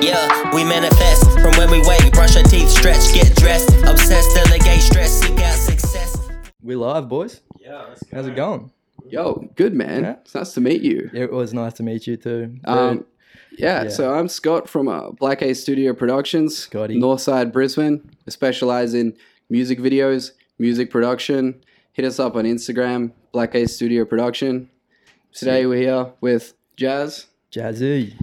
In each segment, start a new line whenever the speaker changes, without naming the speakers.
Yeah, we manifest from when we wake, brush our teeth, stretch, get dressed, obsessed, delegate, stress, seek out success.
We live, boys.
Yeah, let's
How's it going?
Yo, good man.
Yeah.
It's nice to meet you.
It was nice to meet you too.
Um,
Dude,
yeah,
Yeah.
so I'm Scott from uh, Black Ace Studio Productions,
Scotty.
Northside Brisbane. I specialize in music videos, music production. Hit us up on Instagram, Black Ace Studio Production. Today we're here with Jazz.
Jazzy.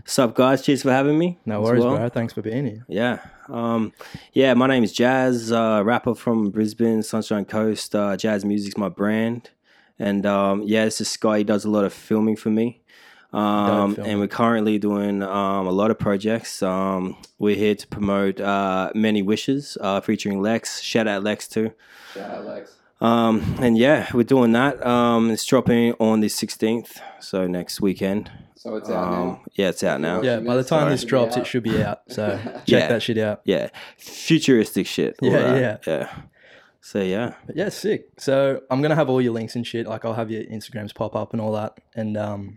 What's up, guys? Cheers for having me.
No
as
worries,
well.
bro. Thanks for being here.
Yeah. Um, yeah, my name is Jazz, uh, rapper from Brisbane, Sunshine Coast. Uh, Jazz Music's my brand. And um, yeah, this is Scott. He does a lot of filming for me. Um,
film.
and we're currently doing um, a lot of projects. Um, we're here to promote uh, Many Wishes uh, featuring Lex. Shout out Lex too. Um, and yeah, we're doing that. Um, it's dropping on the 16th, so next weekend.
So it's out
Um,
now.
yeah, it's out now.
Yeah,
Yeah, by the time
sorry.
this drops, it should be out. So check
Yeah.
that shit out.
yeah, futuristic shit. all
Yeah,
that, yeah. So yeah,
But yeah, sick. So I'm gonna have all your links and shit. Like I'll have your Instagrams pop up and all that, and um,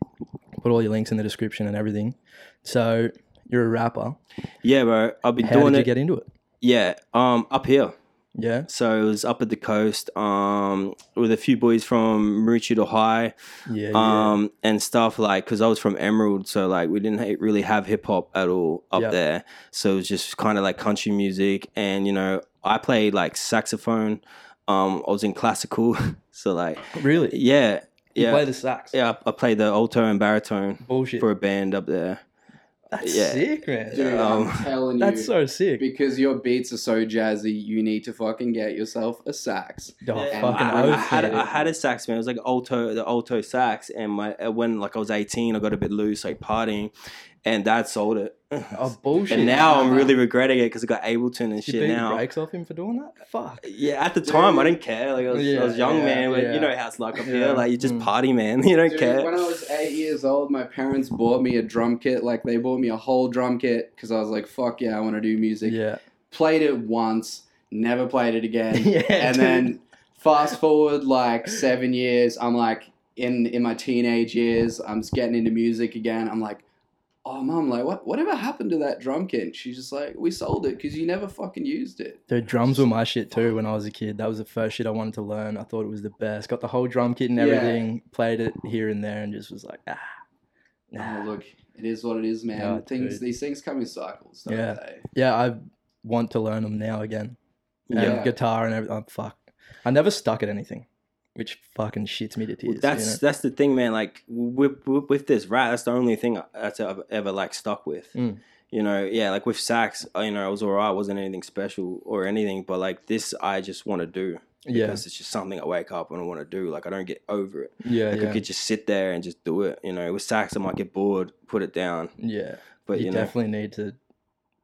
put all your links in the description and everything. So you're a rapper.
yeah, bro. I've been
How
doing
did
it.
you get into it?
yeah, um, up here.
Yeah.
So it was up at the coast, um, with a few boys from Maroochydore High,
Yeah. yeah.
um, and stuff like because I was from Emerald, so like we didn't ha- really have hip hop at all up
Yeah.
there. So it was just kind of like country music, and you know, I played like saxophone. Um, I was in classical, so like
Really?
yeah,
You
yeah,
play the sax.
yeah. I I played the alto and baritone
Bullshit.
for a band up there.
That's
yeah.
sick, man.
Dude,
um,
I'm telling you.
That's so sick.
because your beats are so jazzy, you need to fucking get yourself a sax.
Oh,
Yeah,
fucking
I, I, I
oath,
had
man.
I had a sax man. It was like alto the alto sax, and my uh, when like I was eighteen, I got a bit loose, like partying, and Dad sold it.
Oh bullshit.
and now I'm really regretting it because I got Ableton and
Did you
shit
beat
now.
the brakes off him for doing that? Fuck.
Yeah, at the time I didn't care. Like I was,
Yeah,
I was young
yeah,
man, but
yeah.
you know how it's like up
Yeah.
here. Like you just
Mm.
party man. You don't
Dude,
care.
when I was eight years old, my parents bought me a drum kit. Like they bought me a whole drum kit because I was like, "Fuck yeah, I want to do music."
Yeah.
Played it once, never played it again.
Yeah.
and
dude.
then fast forward like seven years, I'm like in in my teenage years, I'm just getting into music again. I'm like, "Oh, mom, like what whatever happened to that drum kit?" And she's just like, "We sold it because you never fucking used it."
Dude, drums were my shit too when I was a kid. That was the first shit I wanted to learn. I thought it was the best. Got the whole drum kit and
Yeah.
everything, played it here and there, and just was like, ah.
Oh,
Nah.
look, it is what it is, man.
Yeah,
things
dude.
these things come in cycles, don't
Yeah.
they?
Yeah, I want to learn them now again. Um,
Yeah.
Guitar and everything. Oh, fuck. I never stuck at anything, which fucking shits me to tears.
Well,
you
that's
know?
that's the thing, man. Like with, with, with this rap, that's the only thing I- that's I've ever like stuck with.
Mm.
You know, yeah, like with sax, I- you know, I was alright, wasn't anything special or anything, but like this, I just want to do
yeah.
because it's just something I wake up and I want to do. Like I don't get over it.
Yeah.
Like
Yeah.
I could just sit there and just do it. You know, with sax, I might get bored, put it down,
yeah.
but
you,
you, know,
definitely need to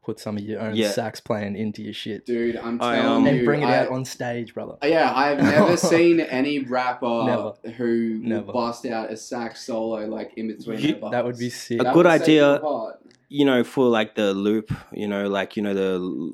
put some of your own
Yeah.
sax playing into your shit
Dude, I'm
I,
telling
um,
you,
and bring it
I-
out on stage, brother.
Yeah, I've never seen any rapper
Never.
who will
Never.
bust out a sax solo like in between.
You-
their bars.
That would be sick.
A
That
good
would set
idea.
you apart.
you know, for like the loop, you know, like you know the l-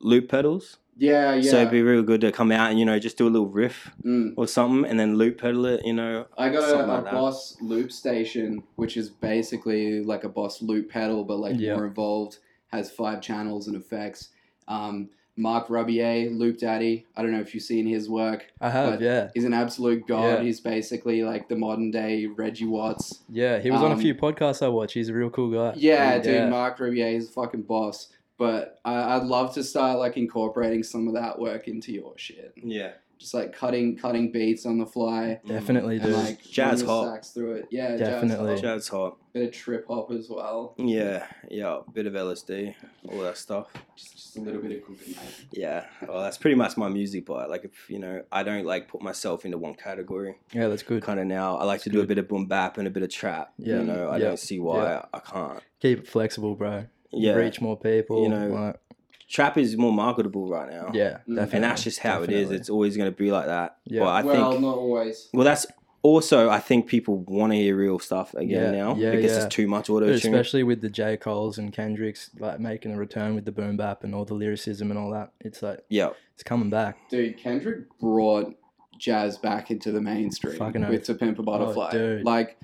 loop pedals.
Yeah, yeah.
So it'd be real good to come out and you know just do a little riff
Mm.
or something and then loop pedal it. You know,
I got a,
Something like
a
that.
Boss loop station, which is basically like a Boss loop pedal, but like
Yeah.
more evolved. Has five channels and effects. Um, Mark Rubier, Loop Daddy. I don't know if you've seen his work.
I have,
but-
yeah.
He's an absolute god.
Yeah.
He's basically like the modern day Reggie Watts.
Yeah, he was on a
Um,
few podcasts I watch. He's a real cool guy.
Yeah,
uh,
dude, Mark Riviere is a fucking boss. But I, I'd love to start like incorporating some of that work into your shit.
yeah.
Just like cutting cutting beats on the fly
Definitely,
and
dude.
like
Jazz
running the
hop.
sax through it. Yeah,
Definitely.
Jazz hop.
Jazz hop.
Bit of trip hop as well.
Mm. Yeah, yeah, bit of LSD, all that stuff.
Just, just a little bit of cooking. mate.
Yeah, well, that's pretty much my music part. Like, if you know, I don't like put myself into one category.
yeah, that's good.
Kind of now, I like to do a bit of boom bap and a bit of trap.
Yeah,
you know, I
yeah,
don't see why I can't.
Keep it flexible, bro.
Yeah,
Reach more people. You
You
know,
know, trap is more marketable right now.
yeah,
and
definitely.
and that's just how it
definitely.
is. It's always going to be like that.
Yeah.
Yeah, well, I
well,
think.
not always.
Well, that's also I think people want to hear real stuff again
Yeah,
now
yeah,
because
yeah.
it's too much
Dude,
auto tune.
especially with the J. Cole's and Kendrick's like making a return with the boom bap and all the lyricism and all that. It's like
Yeah,
it's coming back.
Dude, Kendrick brought jazz back into the mainstream
Fucking Oh,
with To Pimp a Butterfly.
dude.
like,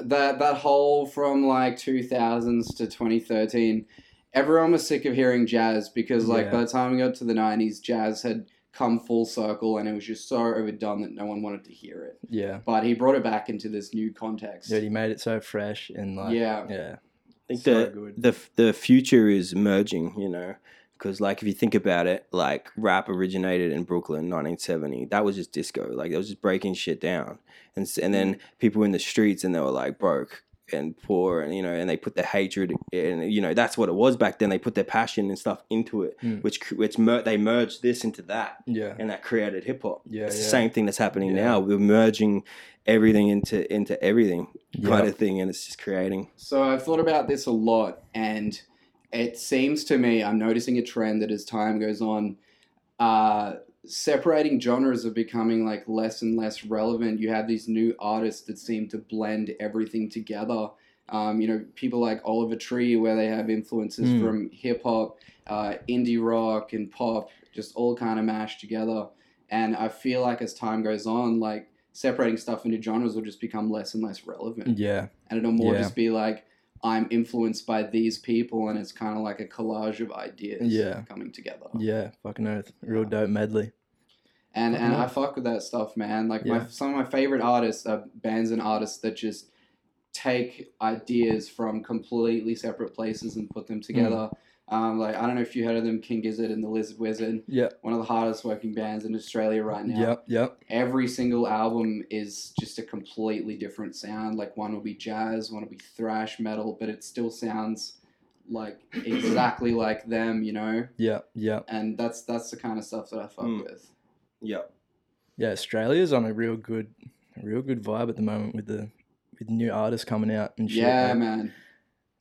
that that whole from like 2000s to 2013 everyone was sick of hearing jazz because like
Yeah.
by the time we got to the 90s jazz had come full circle and it was just so overdone that no one wanted to hear it
Yeah.
but he brought it back into this new context
Dude, he made it so fresh and like
Yeah.
yeah.
I think
So
the,
good.
the f- the future is merging, you know, because like if you think about it, like rap originated in Brooklyn, 1970. That was just disco, like it was just breaking shit down, and s- and
Mm.
then people were in the streets and they were like broke and poor and you know and they put their hatred and you know that's what it was back then they put their passion and stuff into it
Mm.
which cr- which mer- they merged this into that
Yeah.
and that created hip hop
Yeah,
it's the
yeah.
same thing that's happening
Yeah.
now we're merging everything into into everything
Yeah.
kind of thing and it's just creating
So I've thought about this a lot, and it seems to me I'm noticing a trend that as time goes on, uh, separating genres are becoming like less and less relevant. You have these new artists that seem to blend everything together. Um, you know, people like Oliver Tree, where they have influences
Mm.
from hip hop, uh, indie rock, and pop, just all kind of mashed together. And I feel like as time goes on, like separating stuff into genres will just become less and less relevant
Yeah.
and it'll more
Yeah.
just be like I'm influenced by these people, and it's kind of like a collage of ideas
Yeah.
coming together.
Yeah. Fucking earth. Real dope medley.
And and
Fucking
I fuck with that stuff, man. Like my
Yeah.
some of my favorite artists are bands and artists that just take ideas from completely separate places and
Hmm.
put them together. Um, like I don't know if you heard of them, King Gizzard and the Lizard Wizard,
Yeah.
one of the hardest working bands in Australia right now.
Yep. Yep.
every single album is just a completely different sound. Like one will be jazz, one will be thrash metal, but it still sounds like exactly like them, you know.
Yeah. Yeah.
And that's that's the kind of stuff that I fuck
Mm.
with.
yeah
Yeah. Australia's on a real good real good vibe at the moment with the with new artists coming out and shit.
yeah,
like,
man.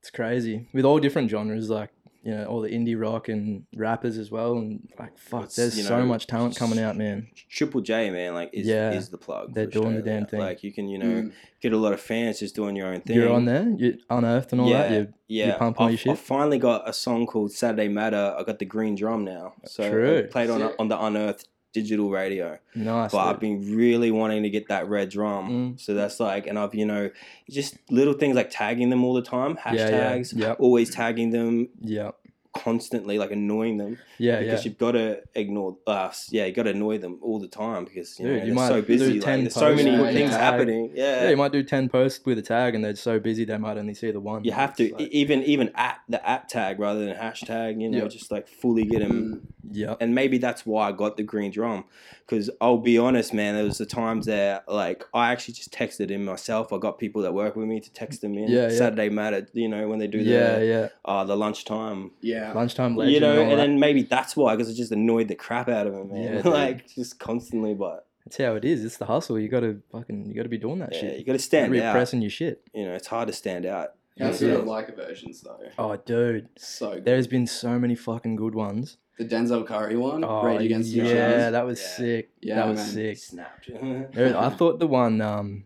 It's crazy. With all different genres, like you know, all the indie rock and rappers as well and like fuck,
It's,
there's
you
so
know,
much talent coming out, man.
Triple J, man, like is
Yeah.
is the plug.
They're
for
doing the
Australia.
damn thing.
Like you can, you know,
Mm.
get a lot of fans just doing your own thing.
You're on there, you unearthed and all
yeah,
that. you
yeah.
pump all
I,
your shit?
I finally got a song called Saturday Matter. I got the green drum now, so
True.
it played on
Sick.
on the Unearthed digital radio.
nice.
But I've
dude.
been really wanting to get that red drum.
Mm.
So that's like, and I've you know, just little things like tagging them all the time,
Yeah, yeah.
hashtags,
Yep.
always tagging them
Yep.
constantly, like annoying them
Yeah, yeah.
because you've got to ignore us. yeah, you got to annoy them all the time because you
Dude,
know
you
they're
might
so
do
busy.
10
Like, there's so many
posts with a
things
tag.
happening. Yeah.
yeah, you might do ten posts with a tag, and they're so busy they might only see the one.
you
like,
have to
it's
e-
like-
even even at the at tag rather than hashtag. You know,
Yeah.
just like fully get them.
Mm.
yeah,
And maybe that's why I got the green drum because I'll be honest, man. There was the times that like I actually just texted in myself. I got people that work with me to text them in.
Yeah, yeah.
Saturday matter. You know when they do
yeah,
the
yeah.
uh the lunchtime
Yeah.
Lunchtime legend.
you know, and,
all that.
then maybe that's why, because it just annoyed the crap out of him,
Yeah,
man.
dude.
like just constantly, but
that's how it is. It's the hustle. You got to fucking, you got to be doing that
yeah,
shit.
you got to
You gotta
stand
be
out.
pressing your shit.
You know, it's hard to stand out.
yeah.
Yeah.
That's what I like versions though.
Oh, dude,
So good.
there's been so many fucking good ones.
The Denzel Curry one,
Oh,
Rage Against the Machine.
yeah, that was
Yeah.
sick.
Yeah,
that was
man.
sick.
Snapped.
There- I thought the one, um,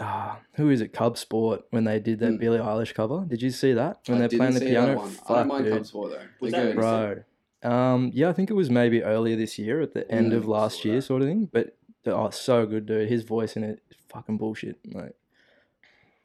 ah, who is it? Cub Sport when they did that
Mm.
Billie Eilish cover. Did you see that when
I
they're
didn't
playing the
see
piano?
That one. I
Fuck,
don't mind
dude.
Comes Water.
Was
They're
that
good.
bro. Um, yeah, I think it was maybe earlier this year at the end
Mm.
of last
Saw
year,
that.
sort of thing. But the- oh, it's so good, dude. His voice in it, is fucking bullshit, like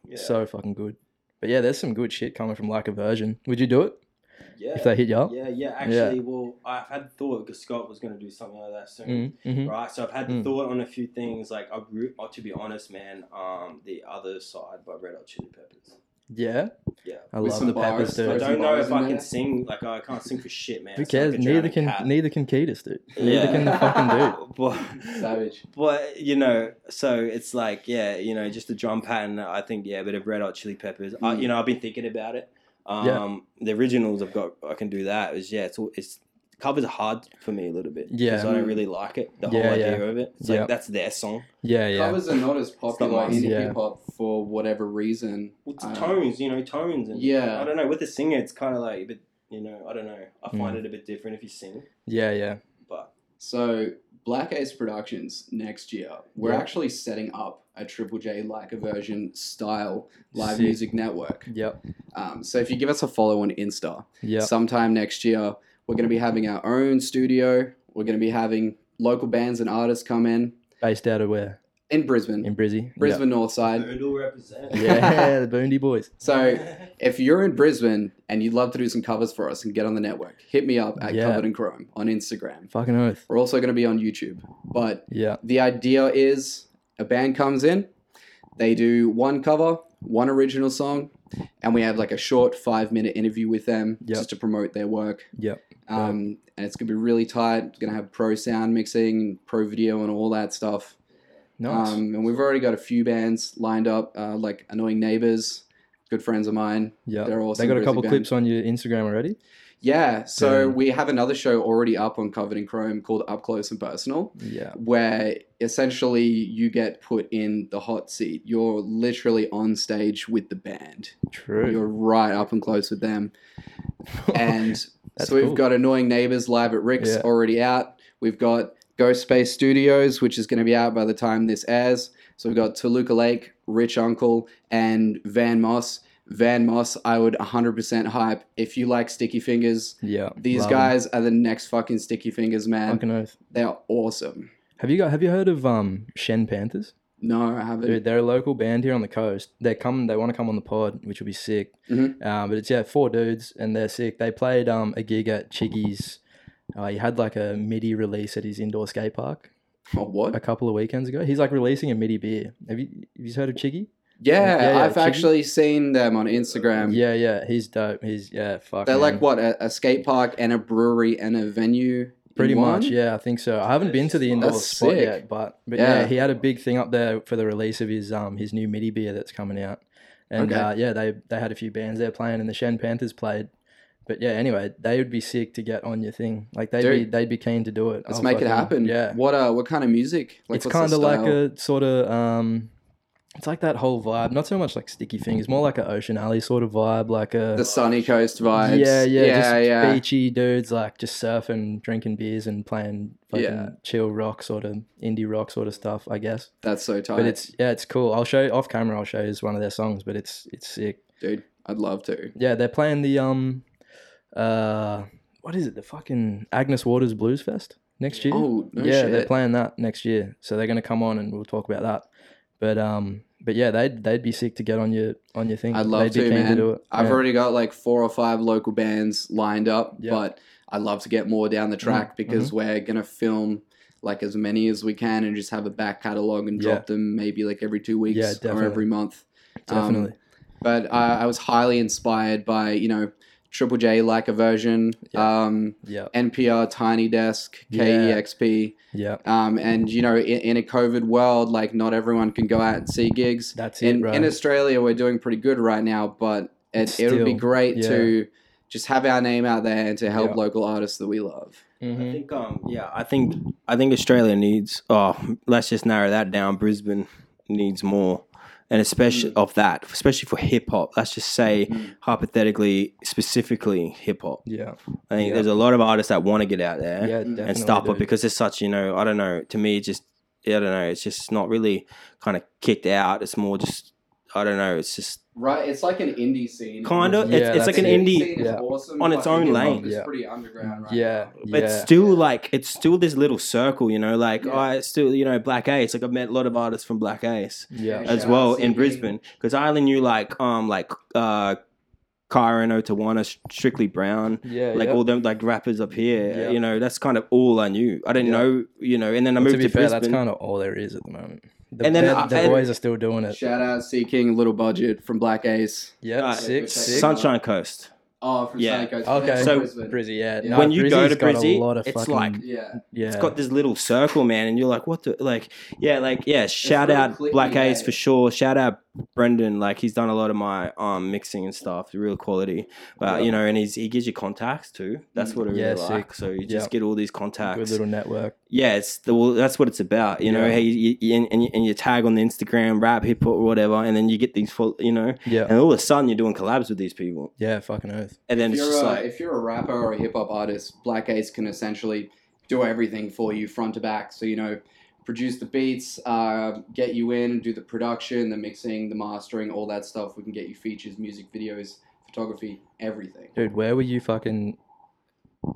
Yeah.
so fucking good. But yeah, there's some good shit coming from like a version. Would you do it
yeah.
if they hit you up?
yeah, yeah, actually, well, I've had the thought because Scott was going to do something like that soon,
Mm,
Mm-hmm.
mhm.
right? So I've had the
Mm.
thought on a few things. Like, I re- oh, to be honest, man, um, the other side by Red Hot Chili Peppers.
Yeah,
Yeah.
I
With
love
some
the peppers,
bars,
I
There's
dude.
some
don't know
bars
if
in
I
there.
can sing. Like, I can't sing for shit, man.
Who
I sound
cares?
like a
neither
drowning
can
cat.
neither can Ketis, dude.
Yeah.
Neither can the fucking dude.
But-
Savage.
But you know, so it's like, yeah, you know, just the drum pattern. I think, yeah, a bit of Red Hot Chili Peppers. I, you know, I've been thinking about it.
Mm. Yeah.
Um, the originals I've got, I can do that. It's yeah, it's all, it's covers are hard for me a little bit. 'cause
Yeah.
I don't really like it. The
Yeah,
whole idea of it. It's
Yeah.
like that's their song.
Yeah, yeah,
Covers are not as popular
mine.
in
Yeah.
hip hop for whatever reason.
Well, it's
I-
tones, you know, tones. And
Uh, Yeah.
I don't know. With the singer, it's kind of like, a bit, you know, I don't know. I
Mm.
find it a bit different if you sing,
yeah, yeah.
but
So Black Ace Productions next year, we're
Yeah.
actually setting up a Triple J like a version style live
Sick.
music network.
Yep,
Um, so if you give us a follow on Insta,
yep,
sometime next year, we're going to be having our own studio. We're going to be having local bands and artists come in.
based out of where?
in Brisbane,
in Brizzy.
Brisbane North Side.
represent.
Yeah, the Boondy Boys.
So if you're in Brisbane and you'd love to do some covers for us and get on the network, hit me up at
Yeah.
Covered in Chrome on Instagram.
Fucking oath.
We're also going to be on YouTube. But
Yeah.
the idea is a band comes in, they do one cover, one original song, and we have like a short five minute interview with them
Yep.
just to promote their work.
Yep.
Um, And it's going to be really tight. It's going to have pro sound mixing, pro video, and all that stuff.
Nice.
Um, and we've already got a few bands lined up, uh, like Annoying Neighbors, good friends of mine.
yeah.
they're all
They got a
Brizzy
couple
band.
clips on your Instagram already.
Yeah, so
Yeah.
we have another show already up on Covered in Chrome called Up Close and Personal,
Yeah.
where essentially you get put in the hot seat. You're literally on stage with the band. You're
True.
right up and close with them. And
That's
so we've
cool.
got Annoying Neighbors live at Rick's
Yeah.
already out. We've got Ghost Space Studios, which is going to be out by the time this airs. So we've got Toluca Lake, Rich Uncle, and Van Moss. Van Moss, I would 100% hype. If you like Sticky Fingers,
yeah.
these
love 'em.
guys are the next fucking Sticky Fingers, man.
Fucking oath.
They are awesome.
Have you got? Have you heard of um Shen Panthers?
No, I haven't.
Dude, they're a local band here on the coast. They come, they want to come on the pod, which will be sick.
Mhm.
Uh, but it's yeah, four dudes, and they're sick. They played um a gig at Chiggy's. Uh, he had like a MIDI release at his indoor skate park
Oh,
a
what?
couple of weekends ago. He's like releasing a MIDI beer. Have you have you heard of Chiggy?
Yeah,
Yeah, yeah,
I've
Chicken-
actually seen them on Instagram.
yeah, yeah, he's dope. He's yeah, fuck.
Um, They're like
man.
what a, a skate park and a brewery and a venue. in
Pretty
one?
much, yeah, I think so. I haven't been to the indoor
That's
spot
sick.
yet, but but yeah.
Yeah.
he had a big thing up there for the release of his um his new MIDI beer that's coming out, and
Okay.
uh, yeah, they they had a few bands there playing, and the Shen Panthers played. But yeah, anyway, they would be sick to get on your thing. Like they'd be
Dude.
they'd be keen to do it.
Let's
I'll
make it
fucking-
happen.
Oh, Yeah,
What uh what kind of music?
it's
what's the
kind of like
style?
a sort of um, it's like that whole vibe. Not so much like Sticky Fingers, more like an Ocean Alley sort of vibe, like a
the sunny coast vibes.
yeah, yeah,
yeah,
just
yeah.
beachy dudes like just surfing, drinking beers, and playing fucking
Yeah.
chill rock sort of indie rock sort of stuff, I guess.
That's so tight,
But it's yeah, it's cool. I'll show off camera. I'll show you one of their songs, but it's it's sick.
dude. I'd love to.
Yeah, they're playing the um, uh, what is it? The fucking Agnes Waters Blues Fest next year.
Oh no
yeah,
shit.
they're playing that next year, so they're gonna come on and we'll talk about that. But um, but yeah, they'd they'd be sick to get on your on your thing.
I'd love
they'd be
to,
keen
man.
do it.
I've
Yeah.
already got like four or five local bands lined up,
Yeah. Mm-hmm.
but I'd love to get more down the track because we're gonna film like as many as we can and just have a back catalog and drop them maybe like every two weeks
Yeah,
or
definitely.
every month. um,
definitely.
But I, I was highly inspired by you know Triple J like a version, um,
yeah,
NPR Tiny Desk, E
Yeah.
KEXP.
yeah.
Um, and you know, in, in a COVID world, like not everyone can go out and see gigs.
That's it,
in,
bro.
in Australia, we're doing pretty good right now, but it, it would be
Still,
great
yeah.
to just have our name out there and to help
Yeah.
local artists that we love.
Mm-hmm.
I think um yeah, I think I think Australia needs oh let's just narrow that down. Brisbane needs more. And especially
Mm.
of that, especially for hip hop. Let's just say
Mm-hmm.
Mm.
hypothetically, specifically hip hop.
Yeah,
I think
Yeah.
there's a lot of artists that want to get out
yeah,
there
definitely.
and stop it
dude.
because it's such, you know, I don't know. To me it just I don't know, it's just not really kind of kicked out. It's more just I don't know, it's just
Right, it's like an indie scene.
kind of
Yeah,
it's, it's like
that's
an
it.
indie
is Yeah.
awesome,
On but its own hip-hop lane.
is Yeah.
pretty underground
yeah,
But
yeah.
still like it's still this little circle, you know, like
Yeah.
I still, you know, Black Ace. Like I've met a lot of artists from Black Ace
yeah,
Yeah.
as
Shout
well
out
in
CB.
Brisbane. Because I only knew like um like uh Kyron Otawana, Strictly Brown,
yeah,
like
yeah.
all them like rappers up here.
Yeah.
You know, that's kind of all I knew. I
Yeah.
didn't know, you know, and then I
Well, to
moved
be
to,
fair,
Brisbane.
that's kind of all there is at the moment. The,
And then
the,
I-
the
and-
boys are still doing it.
Shout out Sea King, Little Budget from Black Ace.
Yeah,
Right.
six, six.
Sun-
Sunshine Coast.
Oh, from
Yeah.
Sunny Coast.
Okay.
So-
Brizzy, yeah.
Yeah.
Nah,
When you go
Brizzy's
to
got a
Brizzy,
lot of
it's
fucking-
like-
yeah.
yeah,
It's got this little circle, man, and you're like, what the like? Yeah, like yeah. Shout
really
out
clicky,
Black Ace
eh?
for sure. Shout out Brendan, like he's done a lot of my um mixing and stuff, real quality. But you know, and he's he gives you contacts too. That's what I really
Yeah,
like. So you just
Yeah.
get all these
good
contacts.
little network.
yeah, it's the, well, that's what it's about. You know,
Yeah.
hey, you, you, and- and you- and you tag on the Instagram, rap, hip hop, or whatever, and then you get these, fol- you know,
Yeah,
and all of a sudden you're doing collabs with these people,
yeah, fucking oath.
and then
if
it's
you're,
just
a,
like.
if you're a rapper or a hip hop artist, Black Ace can essentially do everything for you front to back. So you know, produce the beats, uh, get you in, do the production, the mixing, the mastering, all that stuff. We can get you features, music videos, photography, everything.
Dude, where were you fucking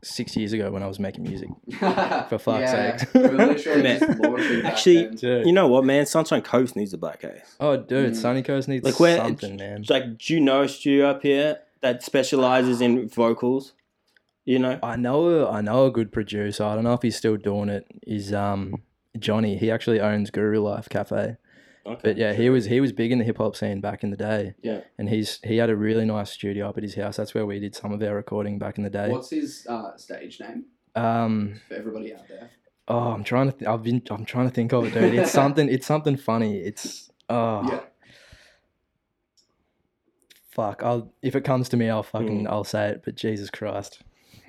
six years ago when I was making music.
For
fuck's sake.
We were literally
Man.
just launching back
Actually-
then.
You know what, man? Sunshine Coast needs a black ace.
oh, dude,
Mm.
Sunny Coast needs
Like, where-
something, man.
Like, do you know a studio up here that specializes in vocals? You know,
I know, a, I know a good producer. I don't know if he's still doing it. Is um Johnny? He actually owns Guru Life Cafe.
okay.
But yeah, he was he was big in the hip hop scene back in the day.
Yeah.
and he's he had a really nice studio up at his house. That's where we did some of our recording back in the day.
What's his uh, stage name
Um,
for everybody out there?
oh, I'm trying to. Th- I've been. I'm trying to think of it, dude. It's something. It's something funny. It's oh
Ah.
Yeah.
fuck. I'll if it comes to me, I'll fucking
Mm.
I'll say it. But Jesus Christ,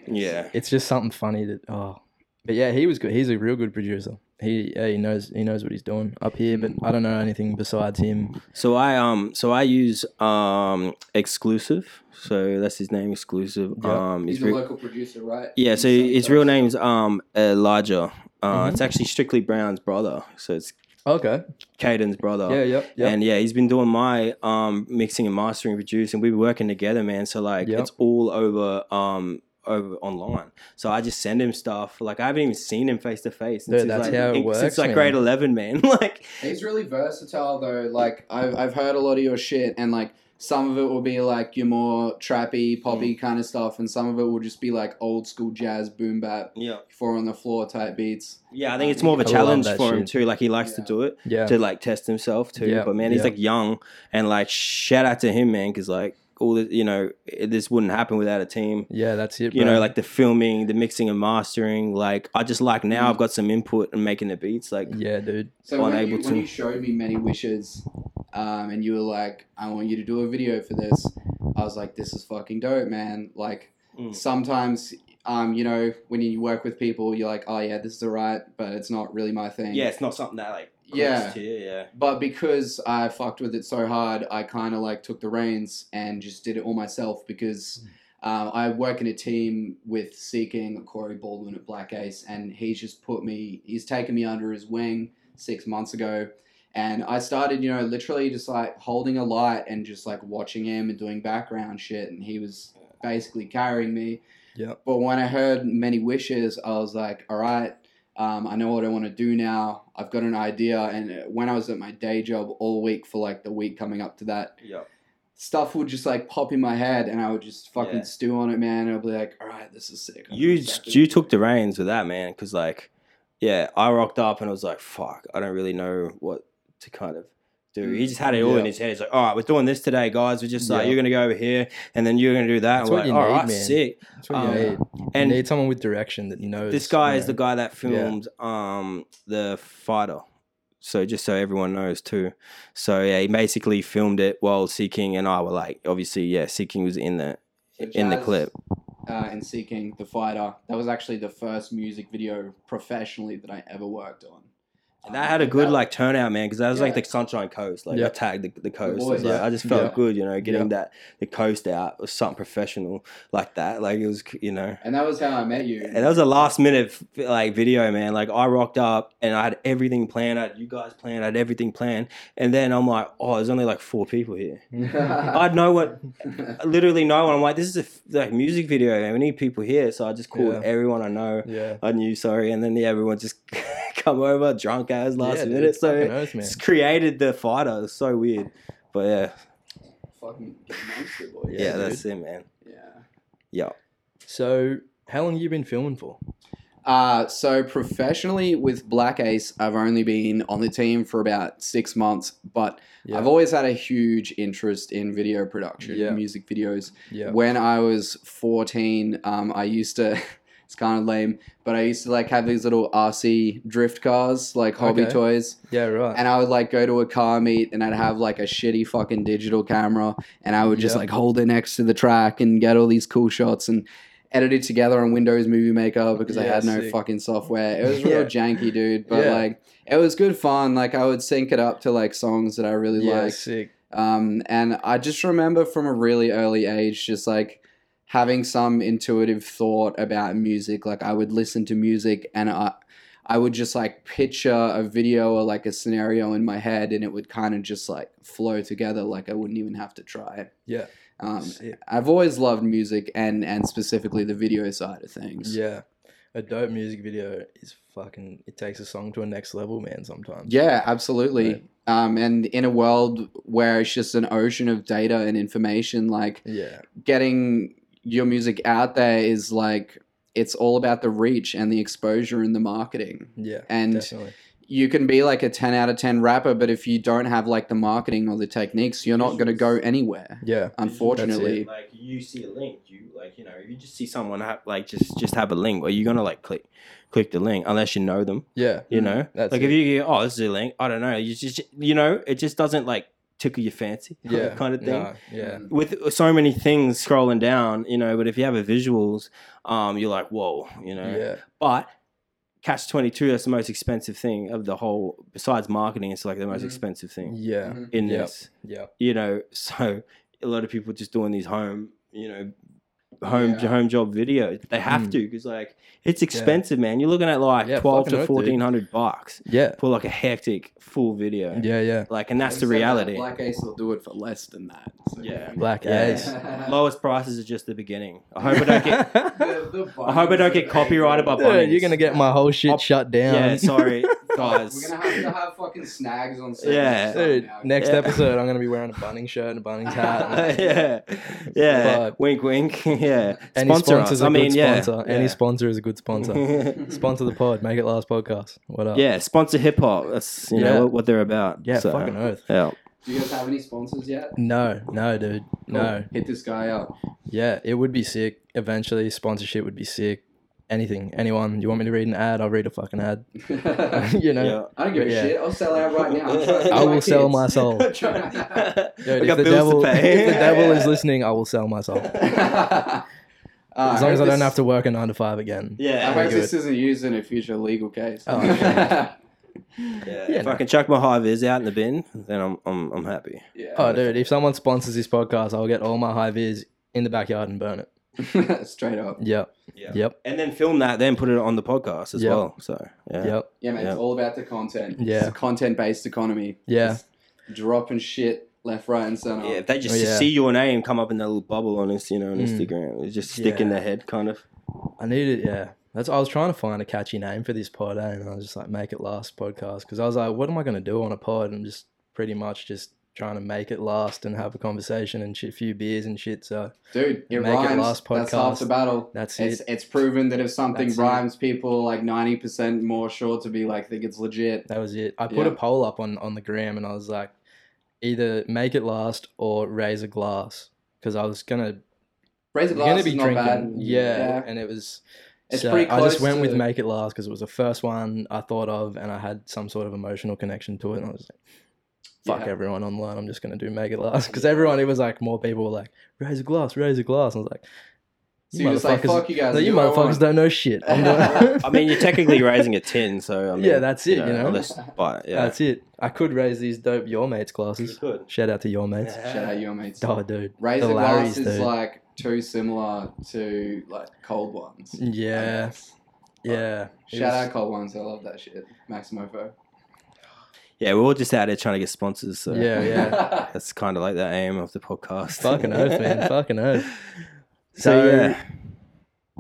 yeah,
it's just something funny that oh. But yeah, he was good. He's a real good producer. He yeah, he knows he knows what he's doing up here. But I don't know anything besides him.
So I um so I use um exclusive. So that's his name, exclusive.
Yeah.
Um,
He's
his
a
re-
local producer, right?
yeah. So his real name's um Elijah. Uh,
Mhm.
It's actually Strictly Brown's brother. So it's
Okay.
Caden's brother.
Yeah. Yep. Yep.
And yeah, he's been doing my um mixing and mastering, producing. We've been working together, man. So like
Yeah.
it's all over um over online. So I just send him stuff. Like I haven't even seen him face to face.
Dude,
since,
that's
like,
how it
in-
works,
Since like
man.
grade eleven, man. like
He's really versatile though. Like I've I've heard a lot of your shit, and like some of it will be like your more trappy, poppy
Mm.
kind of stuff, and some of it will just be like old school jazz, boom bap,
yeah,
four on the floor type beats.
yeah. I think it's more of
I
a
love
challenge
that
for him
shit.
too. Like he likes to
Yeah.
do it.
yeah.
to like test himself too.
Yeah,
But man, he's
yeah.
like young and like shout out to him, man, because like all this, you know, i- this wouldn't happen without a team.
Yeah. That's it.
You know,
bro.
like the filming, the mixing and mastering. Like I just like now
Mm-hmm.
I've got some input and making the beats. Like
yeah, dude.
So when you,
Unable
when
to.
you showed me many wishes, um, and you were like, "I want you to do a video for this," I was like, "This is fucking dope, man!" Like
Mm.
sometimes, um, you know, when you work with people, you're like, "Oh yeah, this is alright," but it's not really my thing.
yeah, it's not something that like
Yeah.
clicks to you, yeah.
But because I fucked with it so hard, I kind of like took the reins and just did it all myself because um, I work in a team with Seeking, Corey Baldwin at Black Ace, and he's just put me, he's taken me under his wing six months ago. And I started, you know, literally just like holding a light and just like watching him and doing background shit. And he was basically carrying me.
Yeah.
But when I heard Many Wishes, I was like, all right, um, I know what I want to do now. I've got an idea. And when I was at my day job all week for like the week coming up to that,
Yeah.
stuff would just like pop in my head and I would just fucking
Yeah.
stew on it, man. And I'd be like, all right, this is sick. I know
You
exactly
j- you
what
took the reins with that, man, because like yeah, I rocked up and I was like, fuck, I don't really know what to kind of do. He just had it all in
Mm, Yeah.
his head. He's like, all right, we're doing this today, guys. We're just like,
Yeah.
you're gonna go over here, and then you're gonna do that.
That's
I'm
what
like,
you
all
need,
right,
man.
sick.
That's what
Um,
you need.
And
you need someone with direction that you know.
this guy is the guy that filmed um the fighter. So just so everyone knows too. So yeah, he basically filmed it while Seeking and I were like, obviously, yeah, Seeking was in the
So
in the
Jazz-
clip.
uh, and Seeking the Fighter. That was actually the first music video professionally that I ever worked on.
And that had a good
that-
like turnout, man, because that was like
Yeah.
the Sunshine Coast. Like
Yeah.
I tagged the, the coast.
boys,
I, was like,
yeah.
I just felt
Yeah.
good, you know, getting
Yeah.
that the coast out was something professional like that. Like it was, you know.
And that was how I met you.
And that was a last minute like video, man. Like I rocked up and I had everything planned. I had you guys planned. I had everything planned. And then I'm like, oh, there's only like four people here. I'd know what, literally no one. I'm like, this is a f- like music video, and we need people here. So I just called
Yeah.
everyone I know.
yeah.
I knew, sorry, and then yeah, everyone just come over drunk as last
yeah, dude,
minute. So
fucking oath, man.
it's created the fighter. It's so weird, but yeah,
fucking get monster boy.
yeah,
Yeah,
that's it, man.
yeah.
So how long have you been filming for?
Uh, so professionally with Black Ace, I've only been on the team for about six months, but
Yeah.
I've always had a huge interest in video production,
Yeah.
music videos.
Yeah.
When I was 14, um, I used to, it's kind of lame, but I used to like have these little RC drift cars, like hobby
Okay.
toys.
Yeah. Right.
And I would like go to a car meet and I'd have like a shitty fucking digital camera and I would just
Yep.
like hold it next to the track and get all these cool shots and edit it together on Windows Movie Maker because I
Yeah,
had no
sick.
fucking software. It was real
Yeah.
janky, dude. But
Yeah.
like it was good fun. Like I would sync it up to like songs that I really
yeah.
liked.
sick.
Um, and I just remember from a really early age, just like having some intuitive thought about music. Like I would listen to music and I, I would just like picture a video or like a scenario in my head and it would kind of just like flow together. Like I wouldn't even have to try.
Yeah.
Um,
Sick.
I've always loved music and and specifically the video side of things.
Yeah. A dope music video is fucking it takes a song to a next level, man, sometimes.
Yeah, absolutely.
Right.
Um, and in a world where it's just an ocean of data and information, like
Yeah.
getting your music out there is like it's all about the reach and the exposure and the marketing.
Yeah.
And
definitely.
you can be like a 10 out of 10 rapper, but if you don't have like the marketing or the techniques, you're not going to go anywhere,
Yeah.
unfortunately.
like you see a link, you like you know you just see someone ha- like just just have a link, or you're gonna like click click the link unless you know them,
Yeah.
you know.
Mm, That's
like if you go, oh this is a link, I don't know, you just you know it just doesn't like tickle your fancy,
yeah.
kind of thing.
Nah, yeah.
Mm-hmm.
With so many things scrolling down, you know, but if you have a visuals, um, you're like whoa, you know.
Yeah.
But catch twenty two, that's the most expensive thing of the whole. Besides marketing, it's like the most
Mhm.
expensive thing
Yeah.
Mhm.
in
Yep.
this
Yeah.
you know so a lot of people just doing these home you know home
Yeah.
home job videos they have
Mm.
to because like it's expensive man you're looking at like
Yeah,
12
fucking
to
earth, dude.
1400 bucks
Yeah.
for like a hectic full video
Yeah. Yeah.
like and that's the
Except that
reality
Black Ace will do it for less than that. So-
Yeah.
Black
Yeah.
Ace.
lowest prices are just the beginning i hope i don't get I hope I don't get copyrighted by
Dude, you're gonna get my whole shit
Op-
shut down.
yeah sorry
We're
guys
gonna have to have fucking snags on set.
Yeah.
Dude, next
Yeah.
episode I'm gonna be wearing a Bunnings shirt and a Bunnings hat.
Uh, yeah yeah
Fuck.
wink wink yeah
Any
us.
sponsor's a
I mean
good
yeah,
sponsor.
yeah.
Any sponsor is a good sponsor. sponsor the pod. Make it last podcast. What up?
yeah sponsor hip-hop that's you
Yeah.
know what, what they're about
Yeah.
So, uh,
Fucking oath.
yeah
Do you guys have any sponsors yet?
No, no, dude. No.
Cool. Hit this guy up.
Yeah, it would be sick. Eventually, sponsorship would be sick. Anything, anyone. You want me to read an ad? I'll read a fucking ad.
I
you know,
yeah
don't give a
Yeah.
shit. I'll sell out right now. I'm trying to
I
feed
will sell
kids.
my soul. Dude,
Dude,
Oh. if, the devil, if the devil is listening, I will sell my soul.
Uh,
As long as I
hope
don't
this-
have to work a nine to five again.
I
Yeah,
hope
Very
this isn't used in a future legal case.
Oh, okay.
yeah.
Yeah,
If
no.
I can chuck my high vis out in the bin, then I'm I'm, I'm happy.
yeah.
Oh, dude, if someone sponsors this podcast, I'll get all my high vis in the backyard and burn it.
Straight up.
Yep.
Yeah.
Yep.
And then film that, then put it on the podcast as
Yeah.
well. So yeah,
Yep.
Yeah, man.
Yeah.
It's all about the content.
Yeah.
It's a content based economy.
Yeah.
Just dropping shit left, right, and center.
Yeah, if they just
Oh, yeah.
see your name come up in that little bubble on this, you know, on
Mm.
Instagram, it's just stick in
Yeah.
their head, kind of.
I needed, yeah. That's. I was trying to find a catchy name for this pod, eh? and I was just like, make it last podcast, because I was like, what am I going to do on a pod? I'm just pretty much just trying to make it last and have a conversation and shit, few beers and shit. So
Dude, it
Make it
rhymes.
last
That's half the
podcast.
battle.
that's it.
It's, it's proven that if something
That's it.
rhymes, people like 90% more sure to be like, think it's legit.
That was it. I put a
Yeah.
poll up on on the gram, and I was like, either make it last or raise a glass, because I was gonna
Raise a
you're gonna
glass
be
is not bad.
drinking. Yeah,
Yeah.
and it was.
It's
so
pretty
I just
close
went with
to-
make it last because it was the first one I thought of, and I had some sort of emotional connection to it, and I was like. Fuck
Yeah.
everyone online. I'm just gonna do make it last because everyone. It was like more people were like raise a glass, raise a glass. And I was like,
So you're just like,
motherfuckers-
fuck you guys.
no, you
do what I
motherfuckers
want.
don't know shit. I'm the-
I mean, you're technically raising a tin, so I mean,
yeah, that's it. You know,
unless- but yeah,
that's it. I could raise these dope your mates glasses.
good.
Shout out to your mates.
Shout out your mates.
Oh, dude.
Razor
The Larrys,
glass is
dude.
like too similar to like cold ones. I
Yeah,
guess.
yeah. It
uh, Shout
was-
out cold ones. I love that shit. Maximofo.
Yeah, we're all just out there trying to get sponsors. So
Yeah, Oh, yeah.
that's kind of like the aim of the podcast.
Fucking oath, man. Fucking oath.
So,
So
yeah,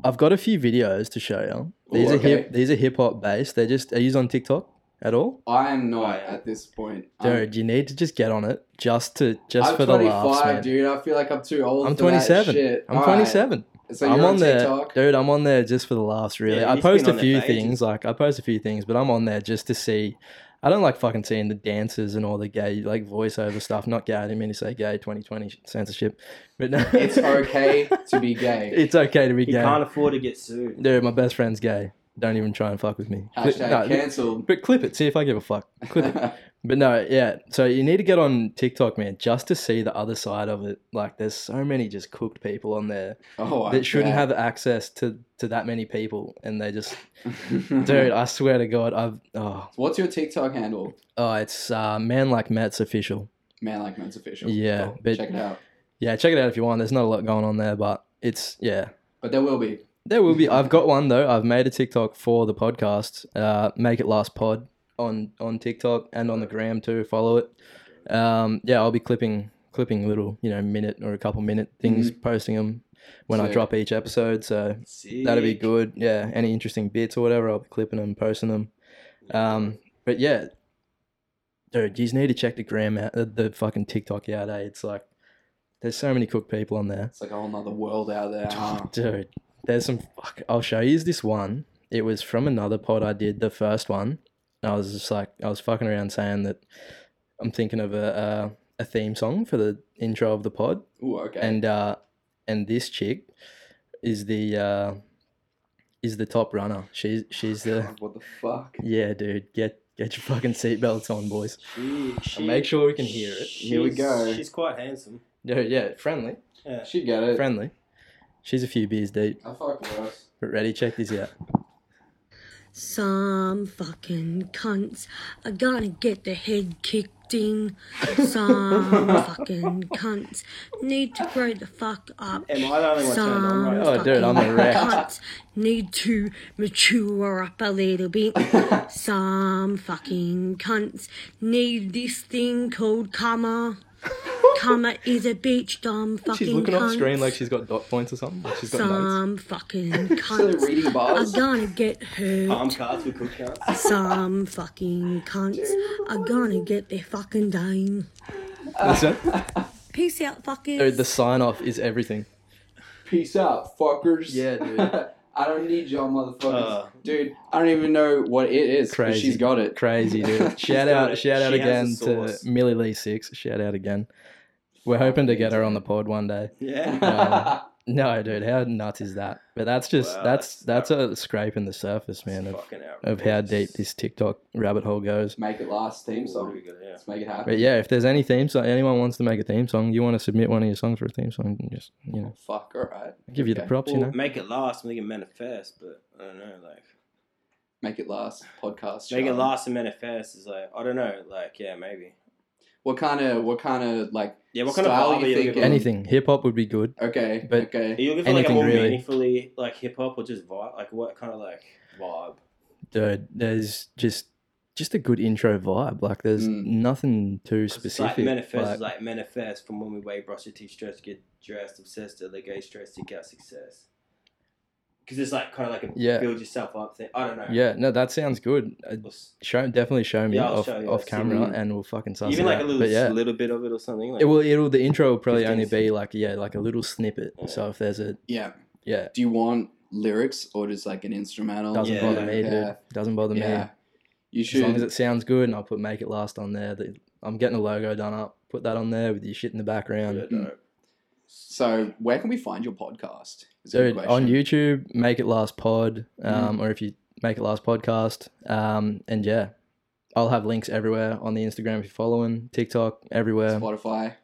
I've got a few videos to show you. These
Ooh,
are hip.
okay.
These are hip hop based. They're just. Are you on TikTok at all,
I am not
Oh, yeah.
at this point. I'm-
dude? You need to just get on it just to just
Um, I'm
for the
25,
laughs, man.
dude. I feel like I'm too old.
I'm
for that
27.
shit.
I'm
All right.
27.
So
I'm
you're
on,
on
there,
TikTok.
dude. I'm on there just for the laughs, really.
Yeah,
I
he's been
post a
on there
few
for ages.
things, like I post a few things, but I'm on there just to see. I don't like fucking seeing the dances and all the gay like voiceover stuff. Not gay. I didn't mean to say gay. 2020 censorship, but no.
It's okay to be gay.
It's okay to be
you
gay.
can't afford to get sued.
Dude, my best friend's gay. Don't even try and fuck with me. Cli-
Hashtag
no,
cancelled.
But clip it. See if I give a fuck. Clip it. But no, yeah. So you need to get on TikTok, man, just to see the other side of it. Like, there's so many just cooked people on there
oh, I
that shouldn't
bet.
have access to to that many people, and they just, dude.
Dude,
I swear to God, I've oh
what's your TikTok handle?
oh, it's uh, man like Matt's official.
Man like man's official.
Yeah,
Cool.
but-
check it out.
Yeah, check it out if you want. There's not a lot going on there, but it's yeah.
But there will be.
There will be. I've got one though. I've made a TikTok for the podcast. Uh, make it last pod on on TikTok and on the gram too. Follow it. Um, yeah, I'll be clipping clipping little, you know, minute or a couple minute things, posting them when I
Sick.
drop each episode. So that'd be good. Yeah, any interesting bits or whatever, I'll be clipping them, posting them. Um, but yeah, dude, you just need to check the gram out, the, the fucking TikTok out. Eh? It's like there's so many cooked people on there.
It's like a whole nother world out there. huh?
Dude, there's some. Fuck, I'll show you this one. It was from another pod I did, the first one. And I was just like, I was fucking around saying that I'm thinking of a uh, a theme song for the intro of the pod,
Ooh, okay.
and uh, and this chick is the uh, is the top runner. She's she's the
God, what the fuck?
yeah, dude. Get get your fucking seatbelts on, boys.
She, she,
And make sure we can hear it.
Here we
she's-
go.
She's quite handsome.
Yeah, yeah, friendly,
Yeah.
She got it.
friendly. She's a few beers deep,
I fuck with us.
but ready. Check this out.
Some fucking cunts are gonna get their head kicked in. Some fucking cunts need to grow the fuck up.
Am I the only one turned on right
Some
now?
Oh, dude, I'm
fucking
erect.
cunts need to mature up a little bit. Some fucking cunts need this thing called karma. Karma is a bitch, dumb fucking
She's looking
cunt.
up screen like she's got dot points or something. Like she's got notes.
Some fucking
So
cunts
reading
are
bars.
gonna get hurt.
Palm cards with cook cards.
Some fucking cunts are gonna get their fucking dime.
Listen,
Peace out, fuckers.
dude, the sign off is everything.
Peace out, fuckers.
Yeah, dude.
I don't need y'all motherfuckers.
Uh.
dude, I don't even know what it is. but
Crazy.
She's got it.
Crazy, dude.
She's
shout
got
out,
it.
shout out
She has the
again to
sauce.
Millie Lee Six. Shout out again. We're hoping to get her on the pod one day.
Yeah.
Um, no, dude, how nuts is that? But that's just
Wow,
that's
that's-
that's a scrape in the surface, man, of,
Fucking outrageous.
of how deep this TikTok rabbit hole goes.
Make it last theme
Ooh,
song.
we got- yeah.
Let's make it happen.
But yeah, if there's any theme song, anyone wants to make a theme song, you want to submit one of your songs for a theme song, you can just you know
Fuck, alright.
give you the
Okay.
props, you
Well,
know.
Make it last, make it manifest, but I don't know, like
Make it last podcast.
make it
Charlie.
last and manifest is like I don't know, like yeah, maybe.
What kind of, what kind of, like,
Yeah, what kind
Style
of vibe
you
are you looking
thinking?
for?
Anything hip hop would be good.
okay,
But-
Are
okay.
you looking for like a
Anything
more
really.
meaningfully like hip hop or just vibe? Like what kind of like vibe?
dude there's just just a good intro vibe like there's
Mm.
nothing too
'Cause it's like
specific
manifest
like-
is like manifest from when we wait, brush your teeth, stress, get dressed, obsessed, delegate, stress, seek out success. Because it's like kind of like a
Yeah.
build yourself up thing. I don't know.
yeah no that sounds good Uh,
Or s-
show definitely show me
Yeah, I'll
off,
show you.
off
Mm.
camera and we'll fucking suss
Even
it
like
out.
a little
but yeah
little bit of it or something. Like,
it will it'll the intro will probably
15
only be like yeah like a little snippet
Yeah.
so if there's a
Yeah.
yeah
Do you want lyrics or just like an instrumental?
doesn't
Yeah.
bother me
Yeah.
dude doesn't bother
Yeah.
me
You
as long as
should.
it sounds good and I'll put make it last on there the, I'm getting a logo done up put that on there with your shit in the background
Yeah, no.
So, where can we find your podcast? Is a good
Dude, on
question.
YouTube, Make It Last Pod,
Mm-hmm.
um, or if you Make It Last Podcast, um, and yeah, I'll have links everywhere on the Instagram if you're following, TikTok, everywhere.
Spotify.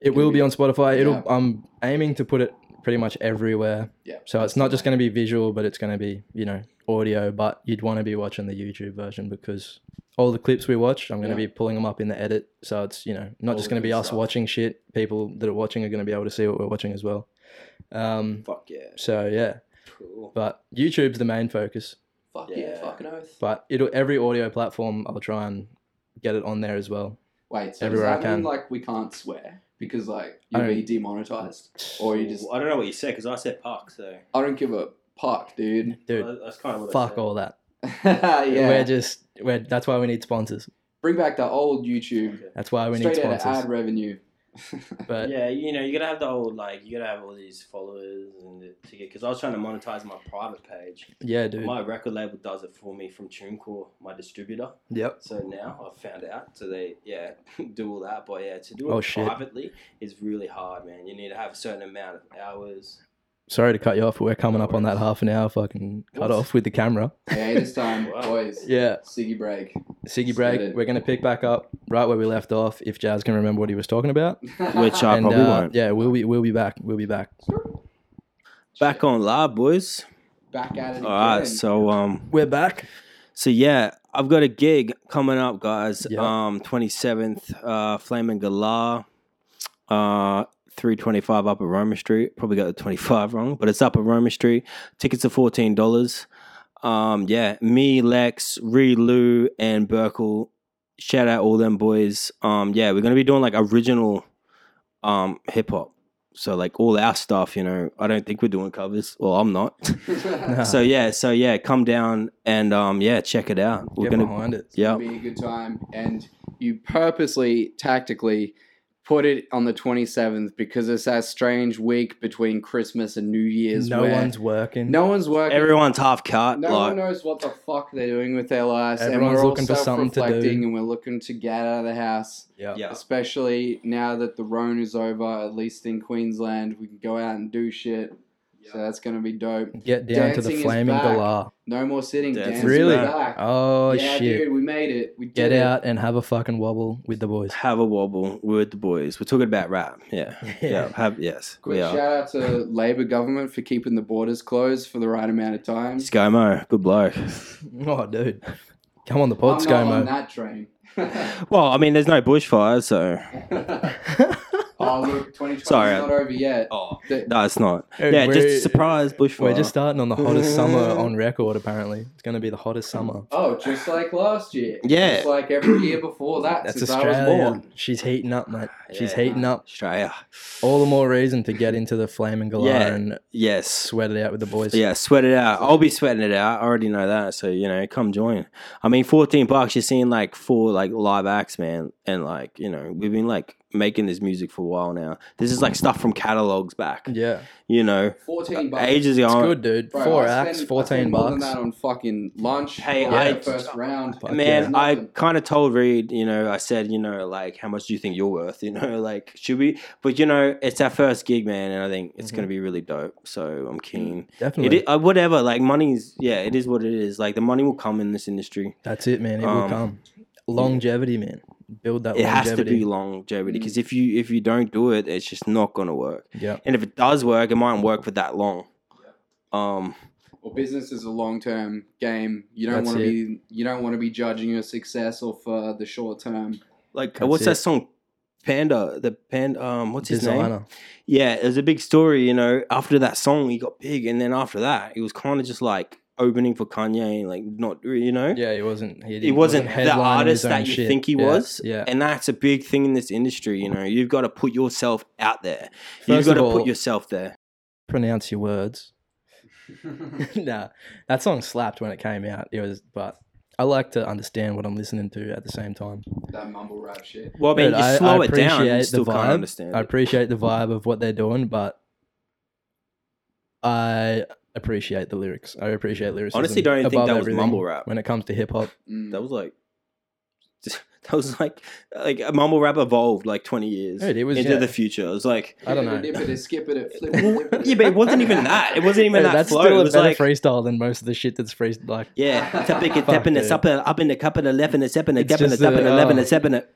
It will be on Spotify. It'll.
Yeah.
I'm aiming to put it pretty much everywhere.
Yeah.
So it's not just going to be visual, but it's going to be you know audio. But you'd want to be watching the YouTube version because all the clips we watch, I'm going
Yeah.
to be pulling them up in the edit. So it's you know not
All
just
the
going to be
good
us
stuff.
watching shit. People that are watching are going to be able to see what we're watching as well. Um,
Fuck yeah.
so yeah
Cool.
but YouTube's the main focus.
Fuck yeah,
Yeah.
fucking oath.
But it'll every audio platform I'll try and get it on there as well.
Wait, so
Everywhere I
does that
can.
mean like we can't swear because like
I
you'll be demonetized, or you just
Well, I don't know what you said because I said puck, so
I don't give a fuck, dude.
Dude,
that's kind of what I
fuck
said.
all that. We're
yeah,
just we're that's why we need sponsors.
bring back the old YouTube.
That's why we
Straight
need
out of ad
sponsors.
revenue.
But
yeah, you know, you gotta have the old like you gotta have all these followers and the, to get because I was trying to monetize my private page.
yeah, dude.
My record label does it for me from TuneCore, my distributor.
Yep.
So now I've found out. So they yeah do all that, but yeah, to do
Oh,
it
shit.
privately is really hard, man. You need to have a certain amount of hours.
Sorry to cut you off, but we're coming up on that half an hour fucking cut
What?
off with the camera.
Hey, this time,
Wow.
boys.
Yeah.
Siggy break.
Siggy
Let's
break.
get it.
We're gonna pick back up right where we left off if Jazz can remember what he was talking about.
Which I
and
probably
uh,
won't.
yeah, we'll be we'll be back. We'll be back.
Back on live, boys.
back at it again.
All right, so um,
We're back.
So yeah, I've got a gig coming up, guys.
Yeah.
Um, twenty seventh, uh, Flaming Galah, uh, three twenty five up at Roma Street. Probably got the twenty five wrong, but it's up at Roma Street. Tickets are fourteen dollars. Um, yeah, me, Lex, Ree Lou, and Burkle. Shout out all them boys. Um, yeah, we're gonna be doing like original um, hip hop. So like all our stuff, you know, I don't think we're doing covers. Well, I'm not. so
Uh-huh.
yeah, so yeah, come down and um, yeah, check it out. We're
Get
gonna
behind it.
yeah,
be a good time. And you purposely, tactically, put it on the 27th because it's that strange week between Christmas and New Year's.
No
where
one's working.
no one's working.
everyone's half cut.
no
like,
one knows what the fuck they're doing with their lives. and
Everyone's
we're all
looking for something to do.
self-reflecting and we're looking to get out of the house.
Yeah.
Yeah.
Especially now that the Rhone is over, at least in Queensland, we can go out and do shit. So that's gonna be dope.
Get down to
Dancing
the
is
flaming
back.
galah.
No more sitting.
Dancing
Dancing
Really?
Back.
Oh
yeah,
shit.
dude, we made it. We did
Get
it.
out and have a fucking wobble with the boys.
Have a wobble. We're with the boys. We're talking about rap. Yeah, yeah. have yes.
Quick
we are.
shout out to Labor government for keeping the borders closed for the right amount of time.
ScoMo, good bloke.
Oh dude. Come on the
I'm
pod,
not on
ScoMo.
that train.
Well, I mean, there's no bushfires, so
oh look, 2020 is
Sorry.
not over yet.
oh,
The-
no, it's not.
Dude,
yeah,
we're-
just surprise bushfire.
We're just starting on the hottest summer on record, apparently. It's gonna be the hottest summer.
Oh, just like last year.
Yeah.
Just like every year before that
That's
since I was
Australia.
born.
She's heating up, mate. She's
Ah, Yeah.
heating up.
Australia.
All the more reason to get into the flaming galah
Yeah.
and
Yes.
sweat it out with the boys.
Yeah, sweat it out. I'll be sweating it out. I already know that. So you know, come join. I mean, fourteen bucks. You're seeing like four like live acts, man, and like you know, we've been like making this music for a while now. This is like stuff from catalogs back.
Yeah.
You know,
14 bucks.
ages ago.
It's good, dude.
Bro,
Four
I spend-
acts,
I
fourteen
spend more than
bucks.
that on fucking lunch.
Hey,
for
I-
the first round.
Fuck
Man,
yeah.
I
Nothing.
kind of told Reed, you know, I said, you know, like, how much do you think you're worth? You know, like, should we? But, you know, it's our first gig, man, and I think it's going to be really dope. So I'm keen. It
Mm-hmm. Definitely.
is, uh, whatever, like, money's, yeah, it is what it is. Like, the money will come in this industry.
That's it, man. It will
Um,
come. Longevity, man. Build that
It has to
longevity. Mm.
be longevity because if you if you don't do it, it's just not going to work.
yeah.
And if it does work, it mightn't work for that long. Um,
well, business is a long term game. You don't
That's
want to be you don't want to be judging your success or for the short term.
like,
That's
what's
it.
that song? Panda, the panda, um, what's his name?
Designer.
yeah, it was a big story, you know. After that song, he got big, and then after that, it was kind of just like opening for Kanye, and like not, re- you know,
Yeah, he wasn't. He,
he wasn't the
headlining his
artist
own
that you
shit.
think he
Yeah,
was.
Yeah.
and that's a big thing in this industry. You know, you've got to put yourself out there. you You've
First
got
of
to
all,
put yourself there.
pronounce your words. nah, that song slapped when it came out. It was, but I like to understand what I'm listening to at the same time.
That mumble rap shit.
Well, I mean,
Dude,
you slow it down, you still
the vibe.
can't understand.
I
it.
appreciate the vibe of what they're doing, but I appreciate the lyrics. I appreciate lyrics.
Honestly, don't even think that was mumble rap.
when it comes to hip hop.
Mm.
That was like. That was like, like a mumble rap evolved like twenty years
Dude, it was-
into
yeah.
the future. It was like,
I don't know.
Dip it, dip it, skip it, it, flip it, flip it.
yeah, but it wasn't even that. It wasn't even
Hey,
that
that's
flow.
still
it
a
was
better
like
freestyle than most of the shit that's freestyle. Like,
Yeah, tapping it,
Fuck,
tapping it,
dude.
up and up in the cup and a left and a seven and a
It's
gap and a
just
tap and
the-
a left and a
oh.
seven. and-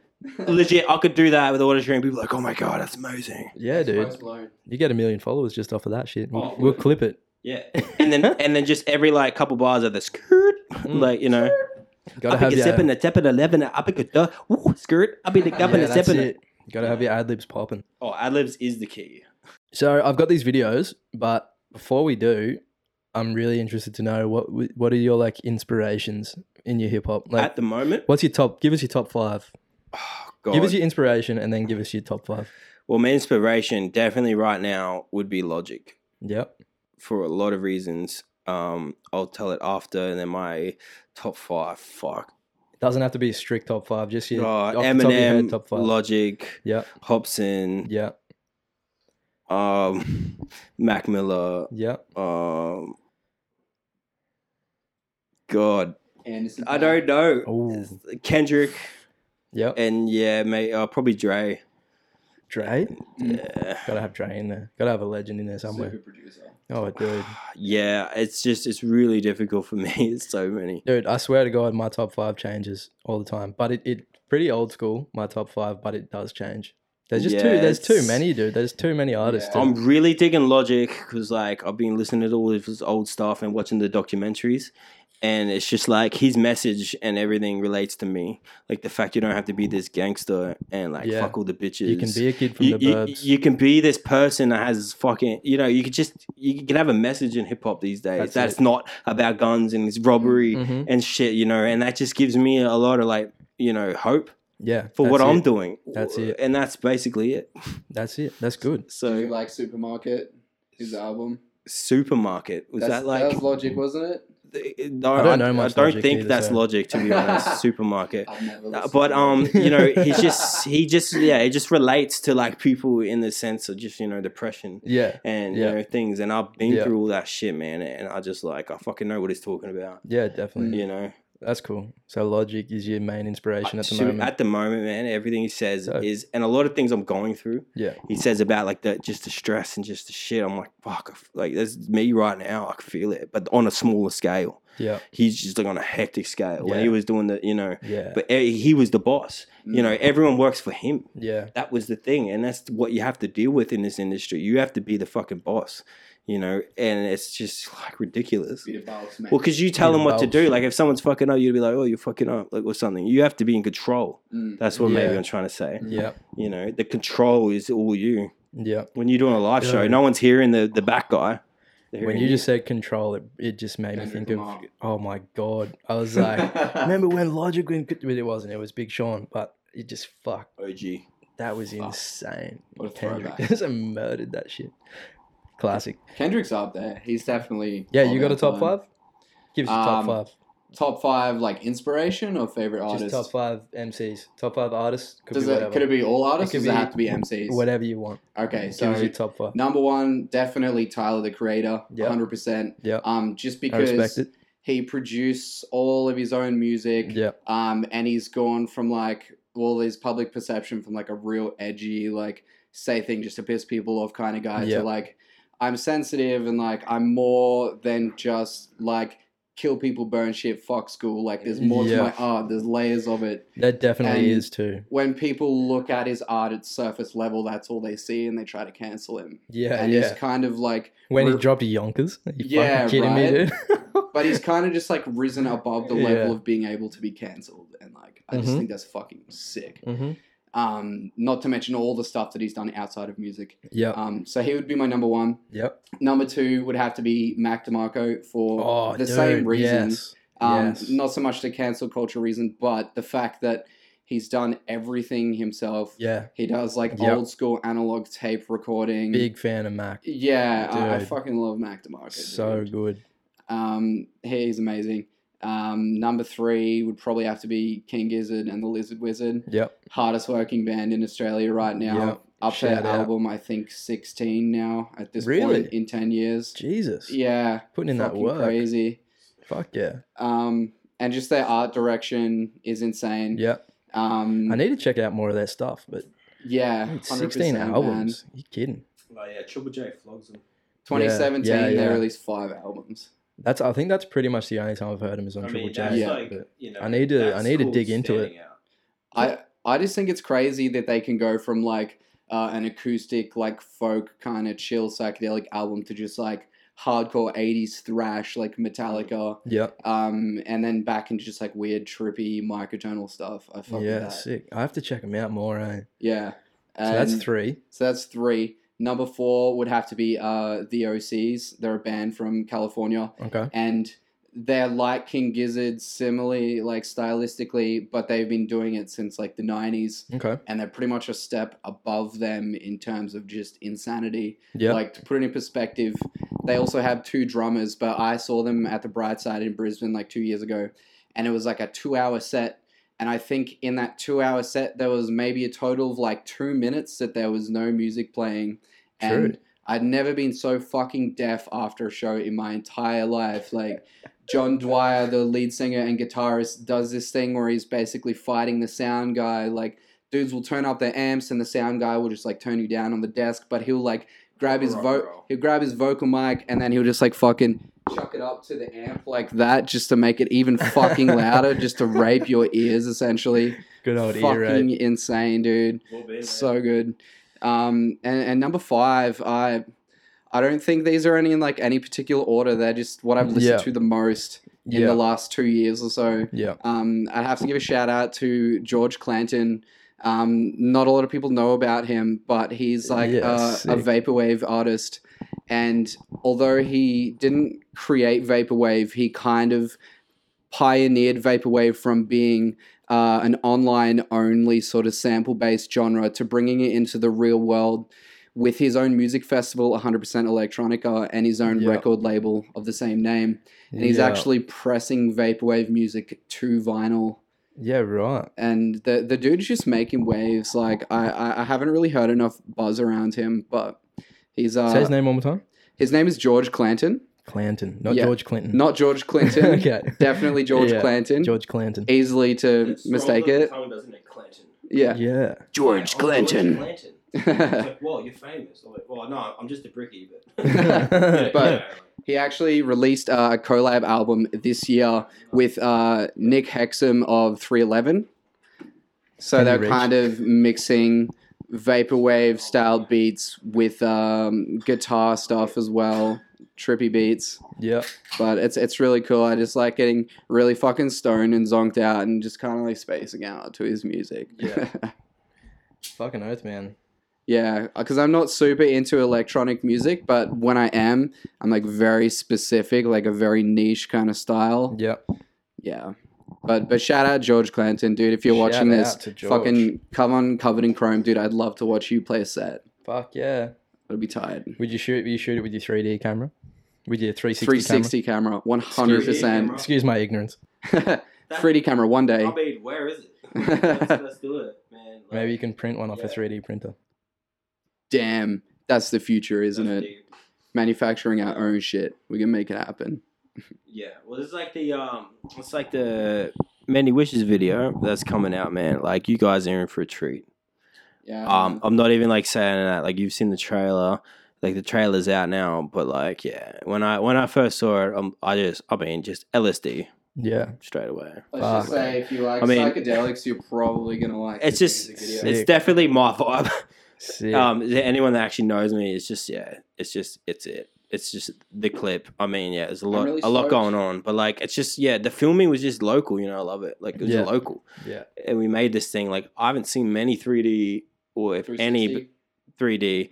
Legit, I could do that with auto stream. People are like, oh my god, that's amazing.
yeah, dude,
Post Malone.
you get a million followers just off of that shit. We'll,
Oh,
we'll clip it.
Yeah, and then and then just every like couple bars of the skirt, like you know,
Mm. Gotta
up
have
and
your,
a and a tap and a left and a up and a woo skirt, up in the cup and
yeah,
a
that's
seven. and-
it. Gotta have your ad libs popping.
Oh, ad libs is the key.
So I've got these videos, but before we do, I'm really interested to know what w- what are your like inspirations in your hip hop? Like,
At the moment,
what's your top? Give us your top five.
God.
Give us your inspiration, and then give us your top five.
well, my inspiration definitely right now would be Logic.
Yep.
for a lot of reasons. Um, I'll tell it after, and then my top five. Fuck,
Doesn't have to be a strict top five. Just your
Uh,
off the top of your
Eminem,
head, top five.
Logic,
yep.
Hobson,
Yep.
um, Mac Miller,
Yep.
um, God,
Anderson
I don't know,
Oh.
Kendrick,
Yep.
and yeah, mate, uh, probably Dre. Uh,
Dre.
Yeah.
Gotta have Dre in there. Gotta have a legend in there
Paak, super
somewhere.
producer.
Oh, dude.
yeah, it's just it's really difficult for me. It's so many.
Dude, I swear to God, my top five changes all the time. But it, it pretty old school, my top five, but it does change. There's just too
Yeah,
there's too
it's-
many, dude. There's too many artists.
Yeah.
dude.
I'm really digging Logic because like I've been listening to all of his old stuff and watching the documentaries, and it's just like his message and everything relates to me. Like the fact you don't have to be this gangster and like
Yeah.
fuck all the bitches.
you can be a kid from
You-
the
you-
burbs.
you can be this person that has fucking you know you could just you can have a message in hip hop these days
That's
that's,
it.
not about guns and it's robbery
Mhm.
and shit you know and that just gives me a lot of like you know hope
yeah.
for what
that's
I'm
it.
doing.
That's it.
And that's basically it.
That's it. That's good.
Do you
So
like Supermarket? His album.
supermarket was
That's-
that like?
was Logic, wasn't it?
I
no, I
don't
don't
know
I
much
don't
Logic
think
either,
that's
so-
logic to be honest. supermarket.
I've never
Uh,
listened
but
to
um
it.
you know he's just he just yeah it just relates to like people in the sense of just you know depression
Yeah.
and uh,
Yeah.
you know things and i've been
Yeah.
through all that shit man and i just like i fucking know what he's talking about
Yeah, definitely.
you know
That's cool. So Logic is your main inspiration at the
So
moment.
at the moment man everything he says
So-
is and a lot of things i'm going through
yeah.
he says about like the just the stress and just the shit i'm like fuck I f- like that's me right now i can feel it but on a smaller scale
Yeah.
he's just like on a hectic scale when he
Yeah.
was doing the you know
Yeah. Mm.
but eh, he was the boss you know everyone works for him
yeah.
that was the thing and that's what you have to deal with in this industry you have to be the fucking boss you know and it's just like ridiculous
Beat a boss, man.
well because you tell
Be the
them what to
boss.
do like if someone's fucking up you'd be like oh you're fucking up like or something you have to be in control
Mm.
that's what maybe
Yeah.
i'm trying to say
Yeah.
you know the control is all you
Yeah.
when you're doing a live show
Yeah.
no one's hearing the the back guy They're
When
hearing
you just said control, it, it just made me
Kendrick
think of,
Lamar.
oh my God. I was like, remember when Logic went, but it wasn't, it was Big Sean, but it just fuck.
og
That was
Fuck.
insane.
What a
Kendrick
throwback.
just murdered that shit. Classic.
Kendrick's up there. He's definitely.
Yeah,
of
you got
our
a top
time.
five? Give us your top
Oh, Um,
five.
Top five, like inspiration or favorite artist.
Just top five MCs. Top five artists. Could
Does
be
it,
whatever.
could it be all artists?
could
or does
be
it have to be MCs?
whatever you want.
Okay,
Give us
so
your top five.
number one, definitely Tyler the Creator,
Yeah.
hundred percent.
Yeah.
Um, just
I respect
because
it.
he produced all of his own music.
Yeah.
um, and he's gone from like all these public perception from like a real edgy like say thing just to piss people off kind of guy
Yeah.
to like I'm sensitive and like I'm more than just like kill people, burn shit, fuck school. Like there's more
Yeah.
to my art. There's layers of it.
That definitely
and-
is too.
When people look at his art at surface level, that's all they see, and they try to cancel him.
Yeah,
and
yeah.
he's kind of like,
When he
we're-
dropped Yonkers, Are you
Yeah,
fucking kidding me,
right?
dude?
but he's kind of just like risen above the level
Yeah.
of being able to be canceled, and like I just
Mhm.
think that's fucking sick.
hmm
um, not to mention all the stuff that he's done outside of music.
Yep,
Um, so he would be my number one.
yep.
Number two would have to be Mac DeMarco for
Oh,
the
dude,
same reason.
Yes.
Um,
yes.
Not so much the cancel culture reason, but the fact that he's done everything himself.
Yeah,
He does like
Yep.
old school analog tape recording.
big fan of Mac.
Yeah, I, I
Dude.
fucking love Mac DeMarco.
So
dude.
good.
Um, he's amazing. Um, number three would probably have to be King Gizzard and the Lizard Wizard
Yep.
hardest working band in Australia right now.
Yeah,
Up to
shout out.
album, I think sixteen now at this
Really?
point in ten years.
Jesus.
Yeah,
Putting in that
fucking
work.
crazy.
Fuck yeah.
Um, and just their art direction is insane.
Yep.
Um,
I need to check out more of their stuff, but
yeah,
dude,
100%,
16
man.
albums. You kidding?
oh yeah triple j flogs him
2017,
Yeah, yeah,
they
yeah.
released five albums.
That's. I think that's pretty much the only time I've heard him is on Triple J.
that's Yeah.
but- know, I need to- I that's need to called dig into it. standing
I I just think it's crazy that they can go from like uh, an acoustic, like folk kind of chill psychedelic album to just like hardcore 80s thrash, like Metallica.
Yep.
um, and then back into just like weird, trippy, microtonal stuff. I fuck
yeah,
with that.
sick. I have to check him out more. Eh?
Yeah.
So that's
And-
three.
So that's three. Number four would have to be uh, the OCs. They're a band from California,
Okay.
and they're like King Gizzard, similarly, like stylistically, but they've been doing it since like the '90s,
Okay.
and they're pretty much a step above them in terms of just insanity.
Yeah.
Like to put it in perspective, they also have two drummers, but I saw them at the Bright Side in Brisbane like two years ago, and it was like a two-hour set. And I think in that two-hour set, there was maybe a total of like two minutes that there was no music playing, and
True.
I'd never been so fucking deaf after a show in my entire life. Like John Dwyer, the lead singer and guitarist, does this thing where he's basically fighting the sound guy. Like dudes will turn up their amps, and the sound guy will just like turn you down on the desk, but he'll like grab his
Rock
vote
roll.
he'll grab his vocal mic and then he'll just like fucking chuck it up to the amp like that just to make it even fucking louder just to rape your ears essentially
Good old
fucking
ear rape.
insane dude so good um and, and number five i i don't think these are any in like any particular order they're just what i've listened
Yeah.
to the most in
Yeah.
the last two years or so
yeah.
um, I'd have to give a shout out to George Clanton. Um, not a lot of people know about him, but he's like
Yeah,
uh, a
sick.
vaporwave artist. And although he didn't create vaporwave, he kind of pioneered vaporwave from being uh, an online only sort of sample based genre to bringing it into the real world with his own music festival 100% electronica and his own
Yeah.
record label of the same name and he's
Yeah.
actually pressing vaporwave music to vinyl
yeah, right.
and the the dude's just making waves like i i, I haven't really heard enough buzz around him but he's uh
Say his name one more time.
his name is george clanton
Clanton, not
Yeah.
George Clinton.
not george clinton
Hmm. Okay.
definitely george
Yeah,
clanton
George Clanton.
easily to mistake it yeah
Yeah.
george clanton
Clanton. like, whoa, you're famous. I'm like, well, no, I'm just a brickie, but.
But- he actually released uh, a collab album this year with uh, Nick Hexum of 311. So
Kenny
they're
Rich.
kind of mixing vaporwave style beats with um, guitar stuff as well, trippy beats.
yeah.
But it's it's really cool. I just like getting really fucking stoned and zonked out and just kind of like spacing out to his music.
Yeah. Fucking oath, man.
Yeah, because I'm not super into electronic music, but when I am, I'm like very specific, like a very niche kind of style.
Yeah.
Yeah. But but shout out George Clanton, dude. If you're
Shout
watching this,
out to George.
fucking come on covered in chrome, dude. I'd love to watch you play a set.
Fuck yeah.
I'd be tired.
Would you shoot? Would you shoot it with your 3D camera? With your 360. 360.
360 camera, 100 percent.
Excuse my ignorance.
3D camera one day.
I mean, where is it? let's, let's do it, man. Like,
Maybe you can print one off
Yeah.
a 3D printer.
Damn, that's the future, isn't
that's
it?
deep.
Manufacturing our own shit. We can make it happen.
Yeah.
Well, it's like the um, it's like the many wishes video that's coming out, man. Like you guys are in for a treat.
Yeah.
Um, I'm not even like saying that. Like you've seen the trailer, like the trailer's out now. But like, yeah, when I when I first saw it, um, I just I mean, just LSD
Yeah.
straight away.
Let's just
Fuck.
say if you like
I mean-
psychedelics, you're probably gonna like.
It's
this
just
music
it's definitely my vibe.
Sick.
Um, anyone that actually knows me, it's just yeah, it's just it's it. It's just the clip. I mean, yeah, there's a lot,
really
a lot
stoked.
going on, but like, it's just yeah, the filming was just local. You know, I love it. Like it was
Yeah.
local,
yeah.
and we made this thing. Like I haven't seen many 3D or if any
360.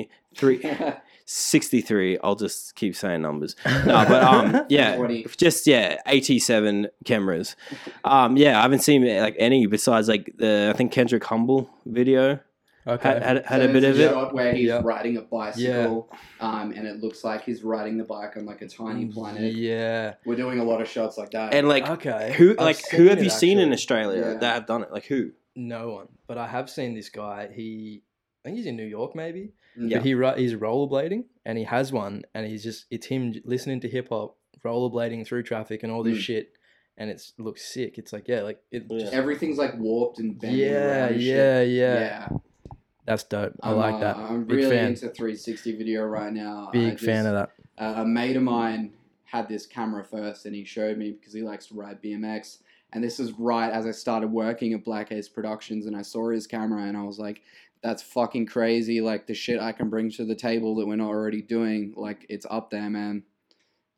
3D, 360, 363. I'll just keep saying numbers. No, but um, yeah,
20.
just yeah, 87 cameras. Um, yeah, I haven't seen like any besides like the I think Kendrick Humble video
Okay.
had had, had
So
a bit
there's
of it.
Shot where he's
Yeah.
riding a bicycle, um, and it looks like he's riding the bike on like a tiny planet.
Mm, Yeah.
We're doing a lot of shots like that.
And like
Okay.
who
I've
like who have
it,
you seen
actually.
in Australia
Yeah.
that have done it? Like who?
No one, but I have seen this guy. He, I think he's in New York, maybe.
Yeah.
But he ri- he's rollerblading, and he has one, and he's just it's him j- listening to hip hop, rollerblading through traffic and all this
Mm.
shit, and it's looks sick. It's like yeah, like it.
Hmm. Yeah.
Just,
everything's like warped and bending
yeah,
around and shit.
yeah, yeah, That's dope. I
I'm,
like
uh,
that.
I'm
Big
really
fan.
into 360 video right now. I
Big
just-
fan of that.
uh, a mate of mine had this camera first and he showed me because he likes to ride BMX. And this is right as I started working at Black Ace Productions and I saw his camera and I was like, that's fucking crazy. Like the shit I can bring to the table that we're not already doing, like it's up there, man.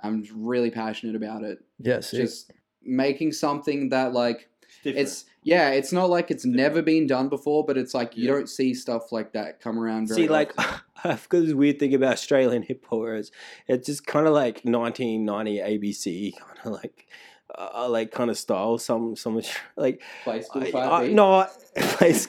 I'm just really passionate about it.
Yeah, sick.
Just making something that like
It's different.
it's yeah, it's not like it's never been done before, but it's like you
Yeah.
don't see stuff like that come around. Very
see like
often.
I've got this weird thing about Australian hip hop is it's just kind of like 1990 ABC kind of like uh, like kind of style. Some some like
play school
I-
fire
I-
beat.
no. I- Place,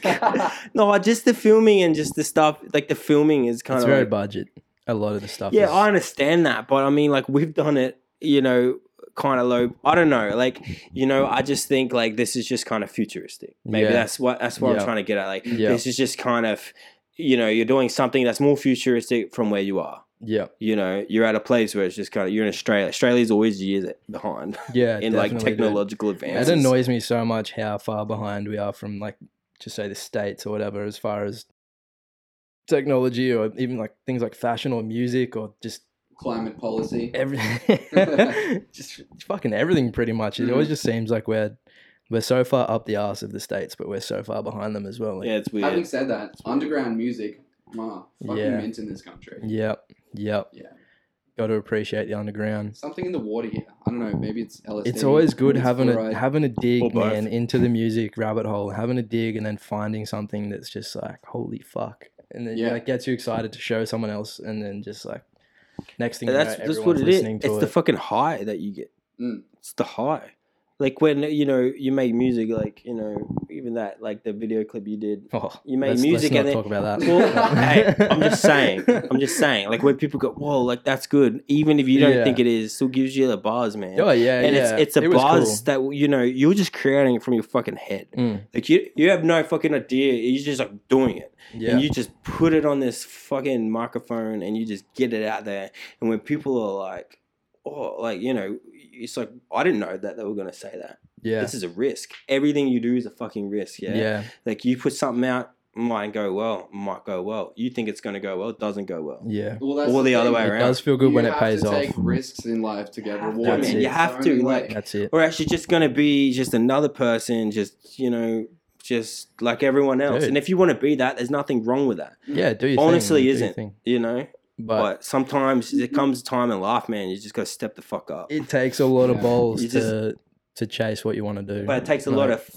no, I- just the filming and just the stuff. Like the filming is kind
it's
of
very
like-
budget. A lot of the stuff.
Yeah,
is,
I understand that, but I mean, like we've done it, you know, kind of low. I don't know, like you know, I just think like this is just kind of futuristic. Maybe
Yeah.
that's what that's what
Yeah.
I'm trying to get at. Like
Yeah.
this is just kind of, you know, you're doing something that's more futuristic from where you are.
yeah,
You know, you're at a place where it's just kind of you're in Australia. Australia's always years behind
yeah.
in
definitely,
like
dude.
technological
It
advances.
annoys me so much how far behind we are from like just say the states or whatever as far as technology or even like things like fashion or music or just
climate policy.
everything just fucking everything pretty much. It always
Mm-hmm.
Mhm.
just seems like we're we're so far up the arse of the states, but we're so far behind them as well. Like,
Yeah, it's
Having
weird.
said that, underground music, wow, fucking
Yeah.
mint in this country.
Yep. Yep.
Yeah.
Got to appreciate the underground.
Something in the water here. I don't know. Maybe it's LSD.
It's always good
maybe it's
having a
fluoride.
having a
Or
dig,
both.
man, into the music rabbit hole, having a dig, and then finding something that's just like, holy fuck, and then
Yeah.
like gets you excited to show someone else, and then just like, next thing you
That's
know,
that's what
everyone's
it is.
listening
It's
to
the
it.
fucking high that you get.
Mm.
It's the high. Like when you know you make music, like you know even that like the video clip you did.
Oh,
You made
let's,
music
Let's not
and then-
talk about that.
Well, hey, I'm just saying. I'm just saying. Like when people go, "Whoa, like that's good," even if you don't
Yeah.
think it is, still gives you the bars, man.
Oh yeah,
and
yeah.
it's it's a
It was
buzz
cool.
that you know you're just creating it from your fucking head.
Mm,
Like you you have no fucking idea. You're just like doing it,
yeah,
and you just put it on this fucking microphone, and you just get it out there. And when people are like, "Oh, like you know," it's like I didn't know that they were gonna say that.
yeah,
This is a risk. Everything you do is a fucking risk.
yeah,
Yeah. Like you put something out, might go well, might go well. You think it's gonna go well, it doesn't go well.
yeah.
Well, that's
Or the other
thing.
way
It
around.
does feel good
You
when it
have
pays
to
off.
Take risks in life to get
Have to.
rewarded.
Man,
It's
you
the
have to,
only
like-
way.
That's it.
Or actually just gonna be just another person, just you know, just like everyone else.
Dude.
And if you want to be that, there's nothing wrong with that.
Yeah, do your
Honestly,
thing, do your
isn't.
thing.
You know,
But,
but, sometimes it comes a time in life, man. You just gotta step the fuck up.
it takes a lot of
Yeah.
balls
You
to to chase what you want to do.
but it takes a
Like,
lot of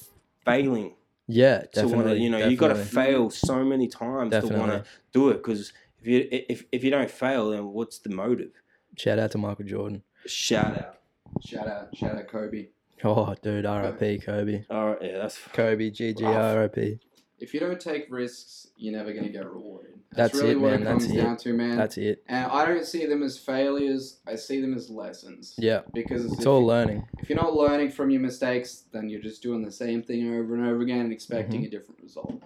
failing
yeah,
to
definitely.
want to. You know, you gotta
definitely.
fail so many times to want to
Definitely.
do it because. If you, if, if you don't fail, then what's the motive?
shout out to Michael Jordan.
Shout out.
Shout out, shout out, Kobe.
Oh, dude, R.I.P. Kobe.
All right, yeah, that's
Kobe, GG, R.I.P.
If you don't take risks, you're never gonna get rewarded.
That's
really
it,
what
man,
it
that's
comes
it.
down to, man.
That's it.
and I don't see them as failures. I see them as lessons.
Yeah,
Because
it's
if-
all learning.
if you're not learning from your mistakes, then you're just doing the same thing over and over again and
Mm-hmm.
expecting a different result.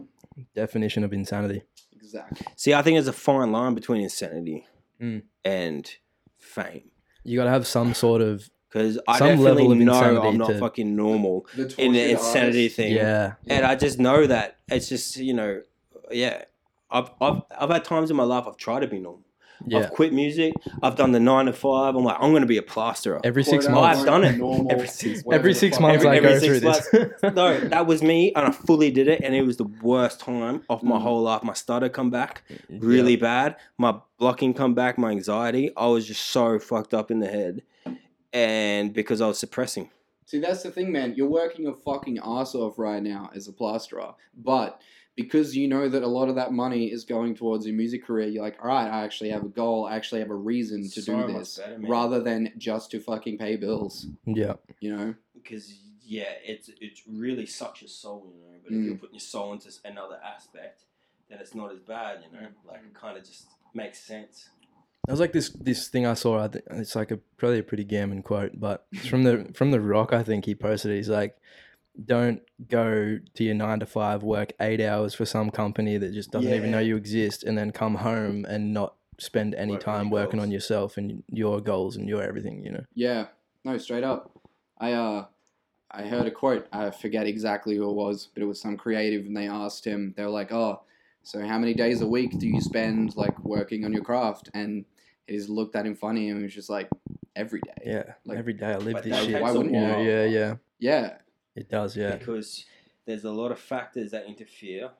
Definition of insanity.
Exactly.
See, I think there's a fine line between insanity
Mm.
and fame.
You gotta have some sort of
Because I
Some
definitely
level of
know
insanity
I'm not
to-
fucking normal
The
in the
tortured
insanity
artist-
thing.
yeah,
And I just know that. It's just, you know, yeah. I've, I've, I've had times in my life I've tried to be normal.
yeah.
I've quit music. I've done the nine to five. I'm like, I'm going to be a plasterer.
Every six
quote
months.
I've done it.
normal,
Every six-
whatever
every
the
six
fuck.
months
Every-
I go
every
through
six
this.
no, that was me, and I fully did it, and it was the worst time of
Mm.
my whole life. My stutter come back really bad. My blocking come back. My anxiety. I was just so fucked up in the head, and because I was suppressing.
See, that's the thing, man. You're working your fucking ass off right now as a plasterer, but because you know that a lot of that money is going towards your music career, you're like, all right, I actually have a goal. I actually have a reason to
So
do
much
this,
better, man.
rather than just to fucking pay bills.
yeah,
You know?
Because yeah, it's it really sucks your soul, you know. But
Mm.
if you're putting your soul into s- another aspect, then it's not as bad, you know. Like it kind of just makes sense.
It was like this this thing I saw. I think it's like a probably a pretty gammon quote, but it's from the from the Rock. I think he posted. it. He's like, "Don't go to your nine to five, work eight hours for some company that just doesn't even know
Yeah.
you exist, and then come home and not spend any
Work on
time
your
working on
goals.
yourself and your goals and your everything." You know.
Yeah. No, straight up. I uh I heard a quote. I forget exactly who it was, but it was some creative and they asked him, they were like, "Oh, so how many days a week do you spend like working on your craft?" And he just looked at him funny and he was just like, "Every day."
Yeah.
Like-
Every day I live
But
this
that
shit.
takes
a
you know,
while.
yeah, yeah.
Yeah.
It does. Yeah.
because there's a lot of factors that interfere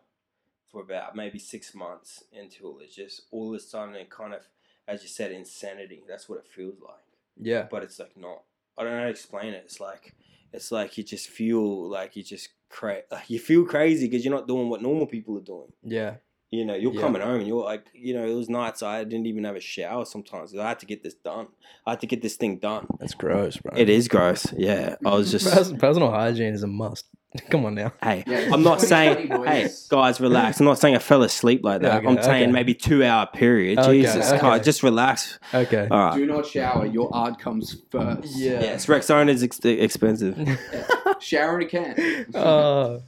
for about maybe six months until it's just all of a sudden it kind of, as you said, insanity. That's what it feels like,
Yeah.
but it's like not. I don't know how to explain it. It's like it's like you just feel like you just cra- like you feel crazy because you're not doing what normal people are doing.
Yeah.
You know, you're
Yeah.
coming home and you're like, you know, those nights I didn't even have a shower sometimes. 'cause I had to get this done. I had to get this thing done.
That's gross, bro.
It is gross. Yeah. I was just
Pers- Personal hygiene is a must. Come on now.
Hey,
Yeah, it's
I'm
just
not
funny
saying,
funny
hey,
voice.
guys, relax. I'm not saying I fell asleep like that.
Okay,
I'm saying
okay.
maybe two hour period.
Okay,
Jesus,
okay.
God, just relax.
Okay.
All right.
Do not shower. Your art comes first.
Yes, Rexona is ex- expensive.
Shower when you can.
Oh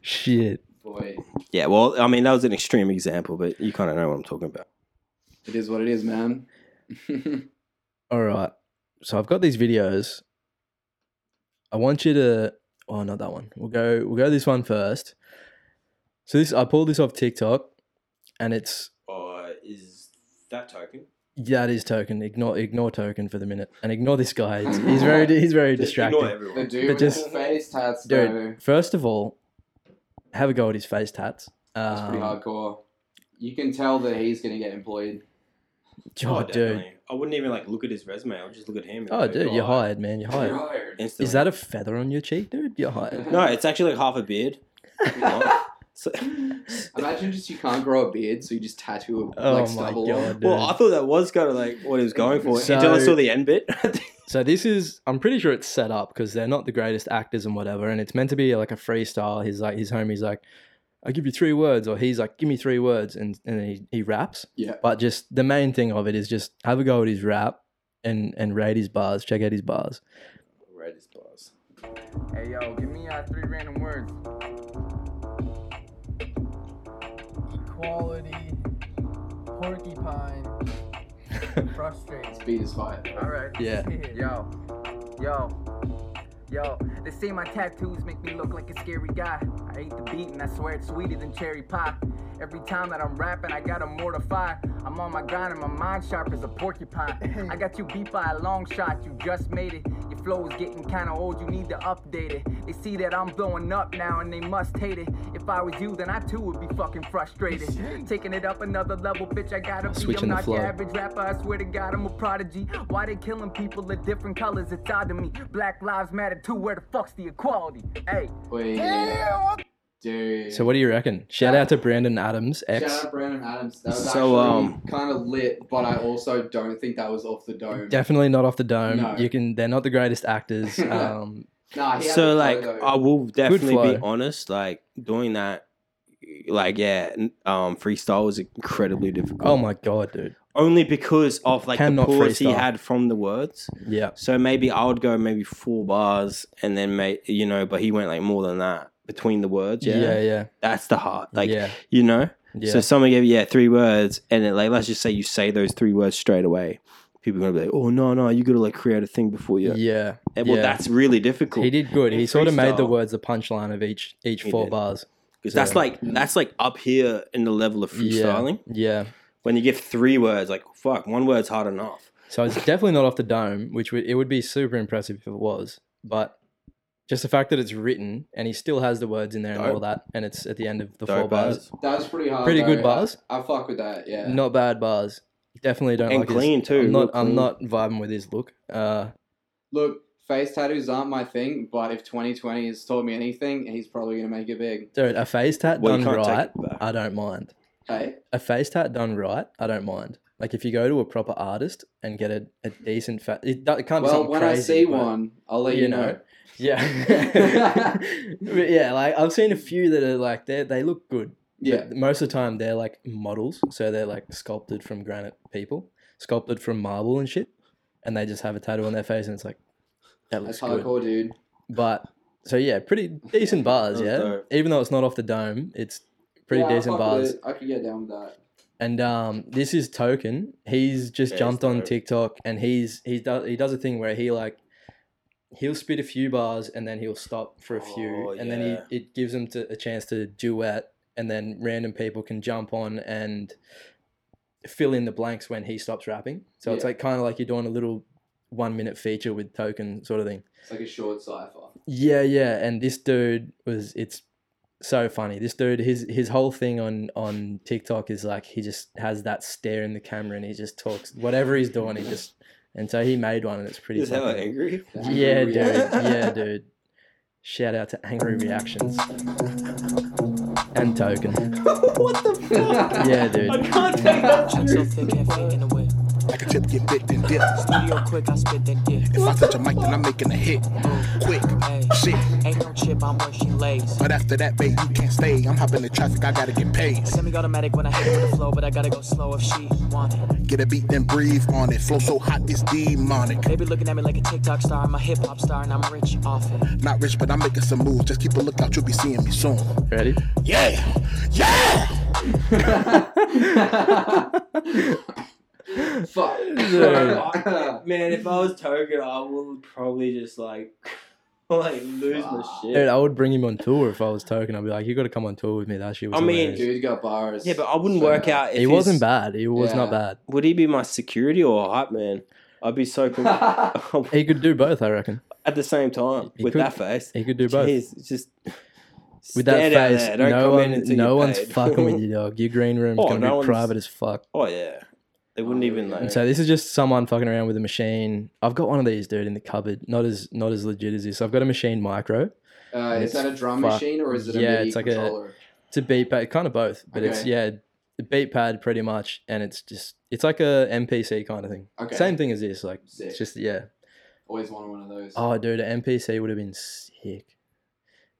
shit.
Boy,
yeah, well, I mean, that was an extreme example, but you kind of know what I'm talking about.
it is what it is, man.
All right. So I've got these videos. I want you to oh not that one. We'll go we'll go this one first. So this I pulled this off TikTok and it's
Uh, is that token?
that is token. Ignore ignore token for the minute. And ignore this guy. He's, he's very he's very distracting. Oh,
the
everyone.
dude
But
with
just-
his face tats, though.
Dude, first of all, have a go at his face tats.
That's pretty
Um,
hardcore. You can tell that he's gonna get employed.
oh, dude.
I wouldn't even like look at his resume. I would just look at him.
Oh, dude, you're hired, man. You're hired.
Right.
Is that a feather on your cheek, dude? You're hired.
No, it's actually like half a beard. So,
Imagine just you can't grow a beard, so you just tattoo a
Oh
like
my
stubble. on.
god, dude.
well, I thought that was kind of like what he was going for
So-
until I saw the end bit.
So this is I'm pretty sure it's set up because they're not the greatest actors and whatever, and it's meant to be like a freestyle. He's like his homie's like, I'll give you three words, or he's like, Give me three words and, and then he, he raps.
Yeah.
But just the main thing of it is just have a go at his rap and and rate his bars, check out his bars.
Right, it's bars.
Hey yo, give me uh, three random words. Equality, porcupine, frustrating.
Beat is fire.
Alright.
Yeah.
Yo. Yo. Yo. They say my tattoos make me look like a scary guy. I ate the beat and I swear it's sweeter than cherry pie. Every time that I'm rapping, I gotta mortify. I'm on my grind and my mind sharp as a porcupine. I got you beat by a long shot, you just made it. Your flow is getting kinda old, you need to update it. They see that I'm blowing up now and they must hate it. If I was you, then I too would be fucking frustrated. Taking it up another level, bitch, I gotta be.
Switching
I'm
the
not your
flow.
average rapper, I swear to God, I'm a prodigy. Why they killing people of different colors? It's odd to me. Black lives matter too. Where the fuck's the equality? Hey.
Wait, dude.
So what do you reckon? Shout out to Brandon Adams,
Shout
X.
out Brandon Adams. That was
So,
actually
um,
kind of lit, but I also don't think that was off the dome.
Definitely not off the dome.
No.
You can they're not the greatest actors. Um
Nah, he had
so
the
like
flow, though.
I will definitely be
flow.
honest, like doing that like yeah, n- um freestyle was incredibly difficult.
oh my god, dude.
Only because of like the
Cannot
pause he
freestyle.
had from the words.
Yeah.
So maybe I would go maybe four bars and then make you know, but he went like more than that between the words. Yeah.
Yeah, yeah. Yeah.
That's the heart. Like
yeah.
you know? So someone gave you yeah, three words and then like let's just say you say those three words straight away. People are gonna be like, Oh no, no, you gotta like create a thing before you
yeah.
and Eh, well
yeah.
that's really difficult.
He did good.
in
He sort of made the
freestyle.
words the punchline of each each
He
four
did.
bars.
Because that's
So-
like that's like up here in the level of freestyling.
Yeah. yeah.
When you give three words, like fuck, one word's hard enough.
So it's definitely not off the dome, which would, it would be super impressive if it was. But just the fact that it's written and he still has the words in there and
Dope.
all that, and it's at the end of the
Dope
four bars.
as.
that was pretty hard.
Pretty
though.
good bars.
I fuck with that. Yeah.
Not bad bars. Definitely don't
And
like
clean
his,
too,
I'm not.
real
I'm
clean.
not vibing with his look. Uh,
Look, face tattoos aren't my thing, but if 2020 has taught me anything, he's probably gonna make it big.
dude, a face tat
Well, you
done
can't take
right,
it back.
I don't mind.
Hey,
A face tat done right, I don't mind. Like if you go to a proper artist and get a, a decent fa it, do- it can't be
well,
something
when I
crazy,
see
but-
one, I'll let you,
you
know.
know. Yeah. but yeah, like I've seen a few that are like they they look good.
Yeah.
But most of the time they're like models, so they're like sculpted from granite people, sculpted from marble and shit, and they just have a tattoo on their face and it's like that
That's
looks good.
hardcore, dude.
But so yeah, pretty decent bars,
That was
yeah.
dope.
Even though it's not off the dome, it's pretty
Yeah, I
decent
fuck with
bars.
it. I could get down with that.
And um, this is Token. He's just
Yeah,
jumped
he's
on
dope.
TikTok and he's he does he does a thing where he like he'll spit a few bars and then he'll stop for a few
Oh,
and then
yeah.
he, it gives him to, a chance to duet and then random people can jump on and fill in the blanks when he stops rapping. So it's
Yeah.
like kind of like you're doing a little one minute feature with Token sort of thing.
It's like a short cipher.
Yeah, yeah, and this dude was it's so funny. This dude, his his whole thing on on TikTok is like he just has that stare in the camera and he just talks whatever he's doing. He just and so he made one and it's pretty.
Is hella
fucking-
angry?
Damn,
yeah,
we-
dude. Yeah, dude. Shout out to Angry Reactions and Token. what the fuck? Yeah, dude.
I'm so thick, can't fit in the whip.
Like a chip get bit then dip.
Studio quick, I spit that dick.
If I touch a mic, then I'm making a hit. Quick,
Hey,
shit.
ain't no chip, I'm where she lays.
But after that, babe, you can't stay. I'm hopping the traffic, I gotta get paid.
Semi-automatic when I hit it with the flow, but I gotta go slow if she want it.
Get a beat, then breathe on it. Flow so hot, it's demonic.
Baby looking at me like a TikTok star, I'm a hip hop star and I'm rich off it.
Not rich, but I'm making some moves. Just keep a lookout, you'll be seeing me soon.
Ready?
Yeah, yeah.
Fuck.
Dude. Man, if I was Token, I would probably just like like lose my
Dude,
shit.
I would bring him on tour if I was Token. I'd be like, you got to come on tour with me. That shit was.
I mean,
hilarious.
Dude got bars.
Yeah, but I wouldn't
So
work
bad.
out if
he wasn't
he's-
bad. He was not
Yeah.
bad.
Would he be my security or a hype man? I'd be so cool
He could do both, I reckon.
at the same time
He
with
could-
that face.
He could do both.
Jeez, it's just
With that
stand out
face,
there. Don't
no
come in
one,
until
no
you're
one's
paid.
fucking with you, dog. Your green room's
Oh,
gonna
no
be
one's-
private as fuck.
Oh yeah, they wouldn't even like.
Oh, And so this is just someone fucking around with a machine. I've got one of these, dude, in the cupboard. Not as not as legit as this. I've got a machine micro.
Uh, is that a drum
Fuck.
machine or is it a
Yeah,
MIDI
it's like a-
controller?
It's a beat pad, kind of both, but it's
Okay.
yeah, the beat pad pretty much, and it's just it's like a MPC kind of thing.
Okay.
Same thing as this, like
Sick.
it's just yeah.
Always wanted one of those.
Oh, dude, an MPC would have been sick.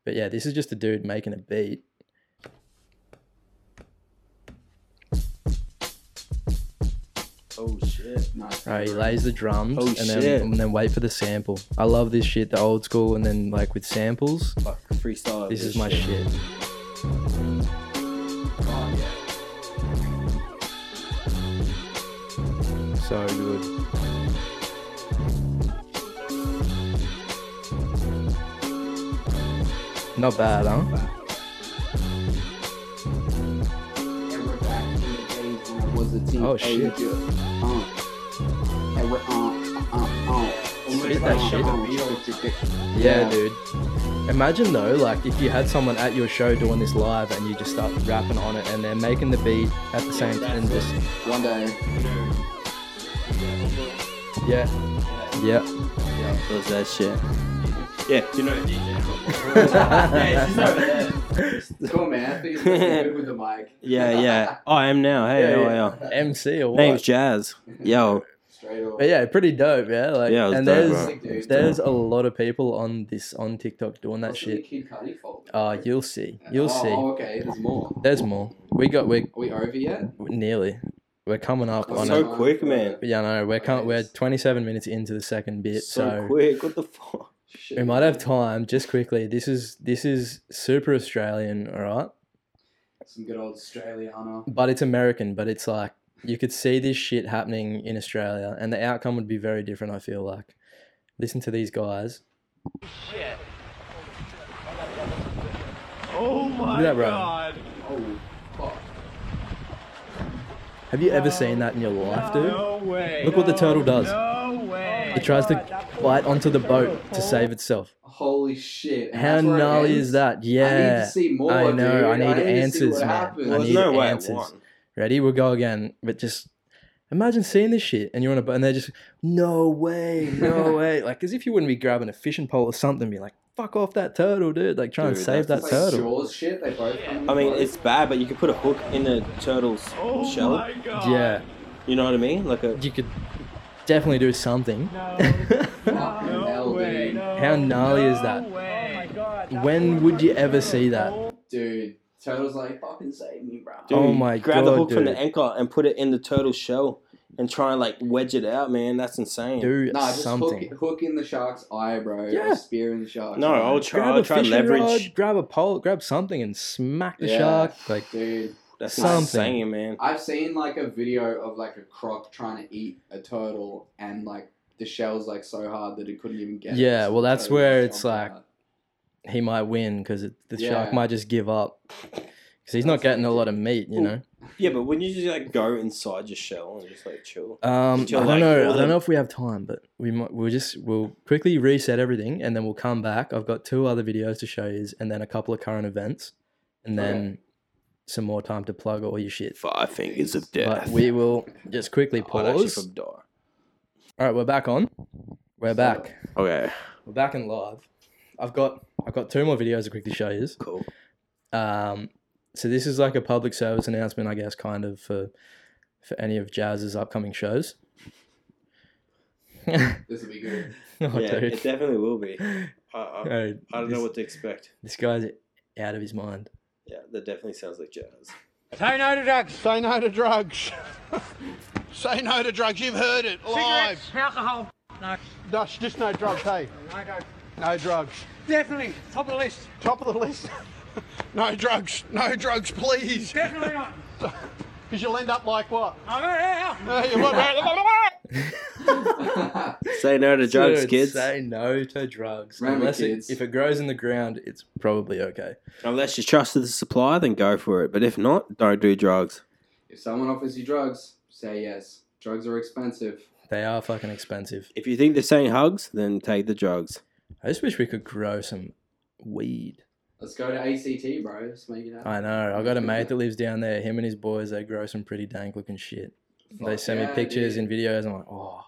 But yeah, this is just a dude making a beat.
Oh shit.
nice.
Right, he lays the drums
Oh,
and
shit.
then and then wait for the sample. I love this shit, the old school, and then like with samples,
Fuck. Freestyle.
this is my shit.
God, yeah.
So good. Not bad, huh?
And we're back in the days when I was a teenager.
Oh, shit.
Uh, and we're uh, uh, uh, uh.
Spit that shit. Yeah, dude. Imagine though, like if you had someone at your show doing this live and you just start rapping on it and they're making the beat at the same time and just
One day.
yeah. Yeah.
Was that shit? Yeah, you know. yeah, she's over there.
Cool, man. I think it's looking good with the mic.
yeah, yeah. Oh, I am now. Hey, how
yeah.
are
MC or
you?
what?
Name's Jazz. Yo,
Straight up.
But yeah, pretty dope, yeah. Like
Yeah, it was
and
dope,
there's
bro.
It was
there's a lot of people on this on TikTok doing that
What's the
shit.
Kid Cudi fault?
Uh you'll see. You'll
oh,
see.
Oh, okay. There's more.
There's more. We got we're
Are we over yet?
nearly. We're coming up
What's
on
so
it.
up?
quick, man.
Yeah, no, we're com-
Okay.
we're 27 minutes into the second bit,
So quick. What the fuck?
Shit.
We might have time just quickly. This is this is super Australian, all right?
Some good old Australiana.
But it's American, but it's like you could see this shit happening in Australia and the outcome would be very different, I feel like. Listen to these guys. Oh my god.
Oh, fuck.
Have you ever seen that in your life, dude? No way. Look what the turtle does. No way. It tries to bite onto the boat to save itself.
Holy shit. And
How
Oh, that's where it
gnarly
ends?
is that?
I
Yeah.
need to see more.
I know.
Dude.
I need
to see
answers,
what
man.
happens.
I
There's
need
no way
answers.
it won.
Ready? We'll go again. But just imagine seeing this shit and you're on a boat and they're just, no way, no way. Like as if you wouldn't be grabbing a fishing pole or something, be like, fuck off that turtle, dude. Like try and
Dude,
save that
It's
that's
like
turtle.
Jaws shit. They both. come
I mean,
close.
it's bad, but you could put a hook in a turtle's
Oh
shell.
Yeah.
You know what I mean? Like a.
You could definitely do something.
Fucking hell, dude.
How gnarly is that? when would you ever see that?
Dude, turtle's like fucking save me, bro.
Dude,
Oh my
grab the
God,
hook from the
dude.
anchor and put it in the turtle's shell and try and like wedge it out, man. That's insane.
Do
Nah, just hook,
something.
hook in the shark's eye, bro.
Yeah.
Or spear in the shark's
No,
eye.
I'll try.
Grab
I'll
a
try
fishing
leverage.
rod, grab a pole, grab something and smack the
Yeah.
shark. Like
Dude,
That's
Something.
insane, man.
I've seen like a video of like a croc trying to eat a turtle and like the shell's like so hard that it couldn't even get it.
Yeah,
So
well,
the
that's
turtle
where
just
it's like-
jumped out.
he might win because the
Yeah.
shark might just give up because he's not getting a lot of meat, you know.
Yeah, but wouldn't you just like go inside your shell and just like chill?
Um, I
Until,
don't
like,
know.
all
I
the-
don't know if we have time, but we might. We'll just we'll quickly reset everything and then we'll come back. I've got two other videos to show you, and then a couple of current events, and
Okay.
then some more time to plug all your shit.
Five fingers of
But we will just quickly
I'd actually
pause.
from Dora.
All right, we're back on. We're back.
Okay,
We're back and live. I've got I've got two more videos to quickly show you.
cool.
Um, so this is like a public service announcement, I guess, kind of for for any of Jazz's upcoming shows. oh,
This will be good.
yeah, it
dude.
definitely will be. I, I,
Oh,
I don't
this,
know what to expect.
this guy's out of his mind.
Yeah, that definitely sounds like jazz.
Say no to drugs.
Say no to drugs. Say no to drugs. You've heard it live.
Cigarettes, alcohol. No,
No, just no drugs, hey.
no drugs.
No drugs.
Definitely, top of the list.
Top of the list. no drugs. No drugs, please.
Definitely not. Oh,
Because you'll end up like what?
I'm out.
Uh, you won't-
Say no to drugs,
Dude,
kids.
Say no to drugs.
Remember,
Unless
kids.
It, if it grows in the ground, it's probably okay.
Unless you trust the supply, then go for it. But if not, don't do drugs.
If someone offers you drugs, say yes. Drugs are expensive.
They are fucking expensive.
If you think they're saying hugs, then take the drugs.
I just wish we could grow some weed.
Let's go to ACT, bro. Let's make it happen.
I know. I got
Mm-hmm.
a mate that lives down there. Him and his boys, they grow some pretty dank looking shit. They
Fuck
send me
yeah,
pictures
dude.
and videos. I'm like, oh,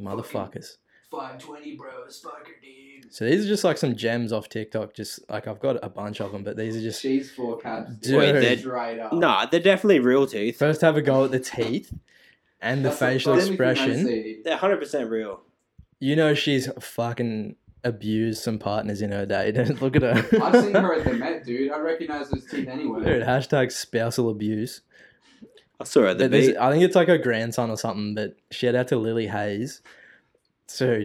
motherfuckers.
520 bro, Sparker dude.
So these are just like some gems off TikTok. Just like I've got a bunch of them, but these are just
She's four cats.
Dude. Wait,
they're-
straight up.
Nah, they're definitely real teeth.
first have a go at the teeth and the
That's
facial
first thing I
expression.
see.
They're hundred percent real.
You know she's fucking abused some partners in her day. Don't look at her.
I've seen her at the Met, dude. I recognize those teeth
Dude,
anyway.
hashtag spousal abuse.
I saw her at the
But this-
beach.
I think it's like her grandson or something. But shout out to Lily Hayes. So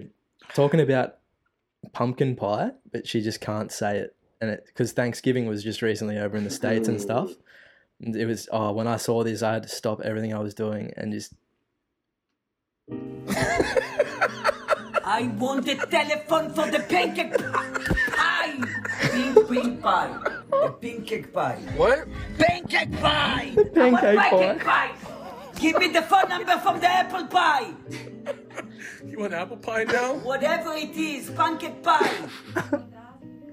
talking about pumpkin pie, but she just can't say it, and it because Thanksgiving was just recently over in the states and stuff. And It was oh when I saw this, I had to stop everything I was doing and just
I want the telephone for the pancake pie. Pink, pink pie. The pancake pie. What? Pancake pie. I want
pancake
pancake pie. Give me the phone number from the apple pie.
You want apple pie now?
Whatever it is, pancake pie.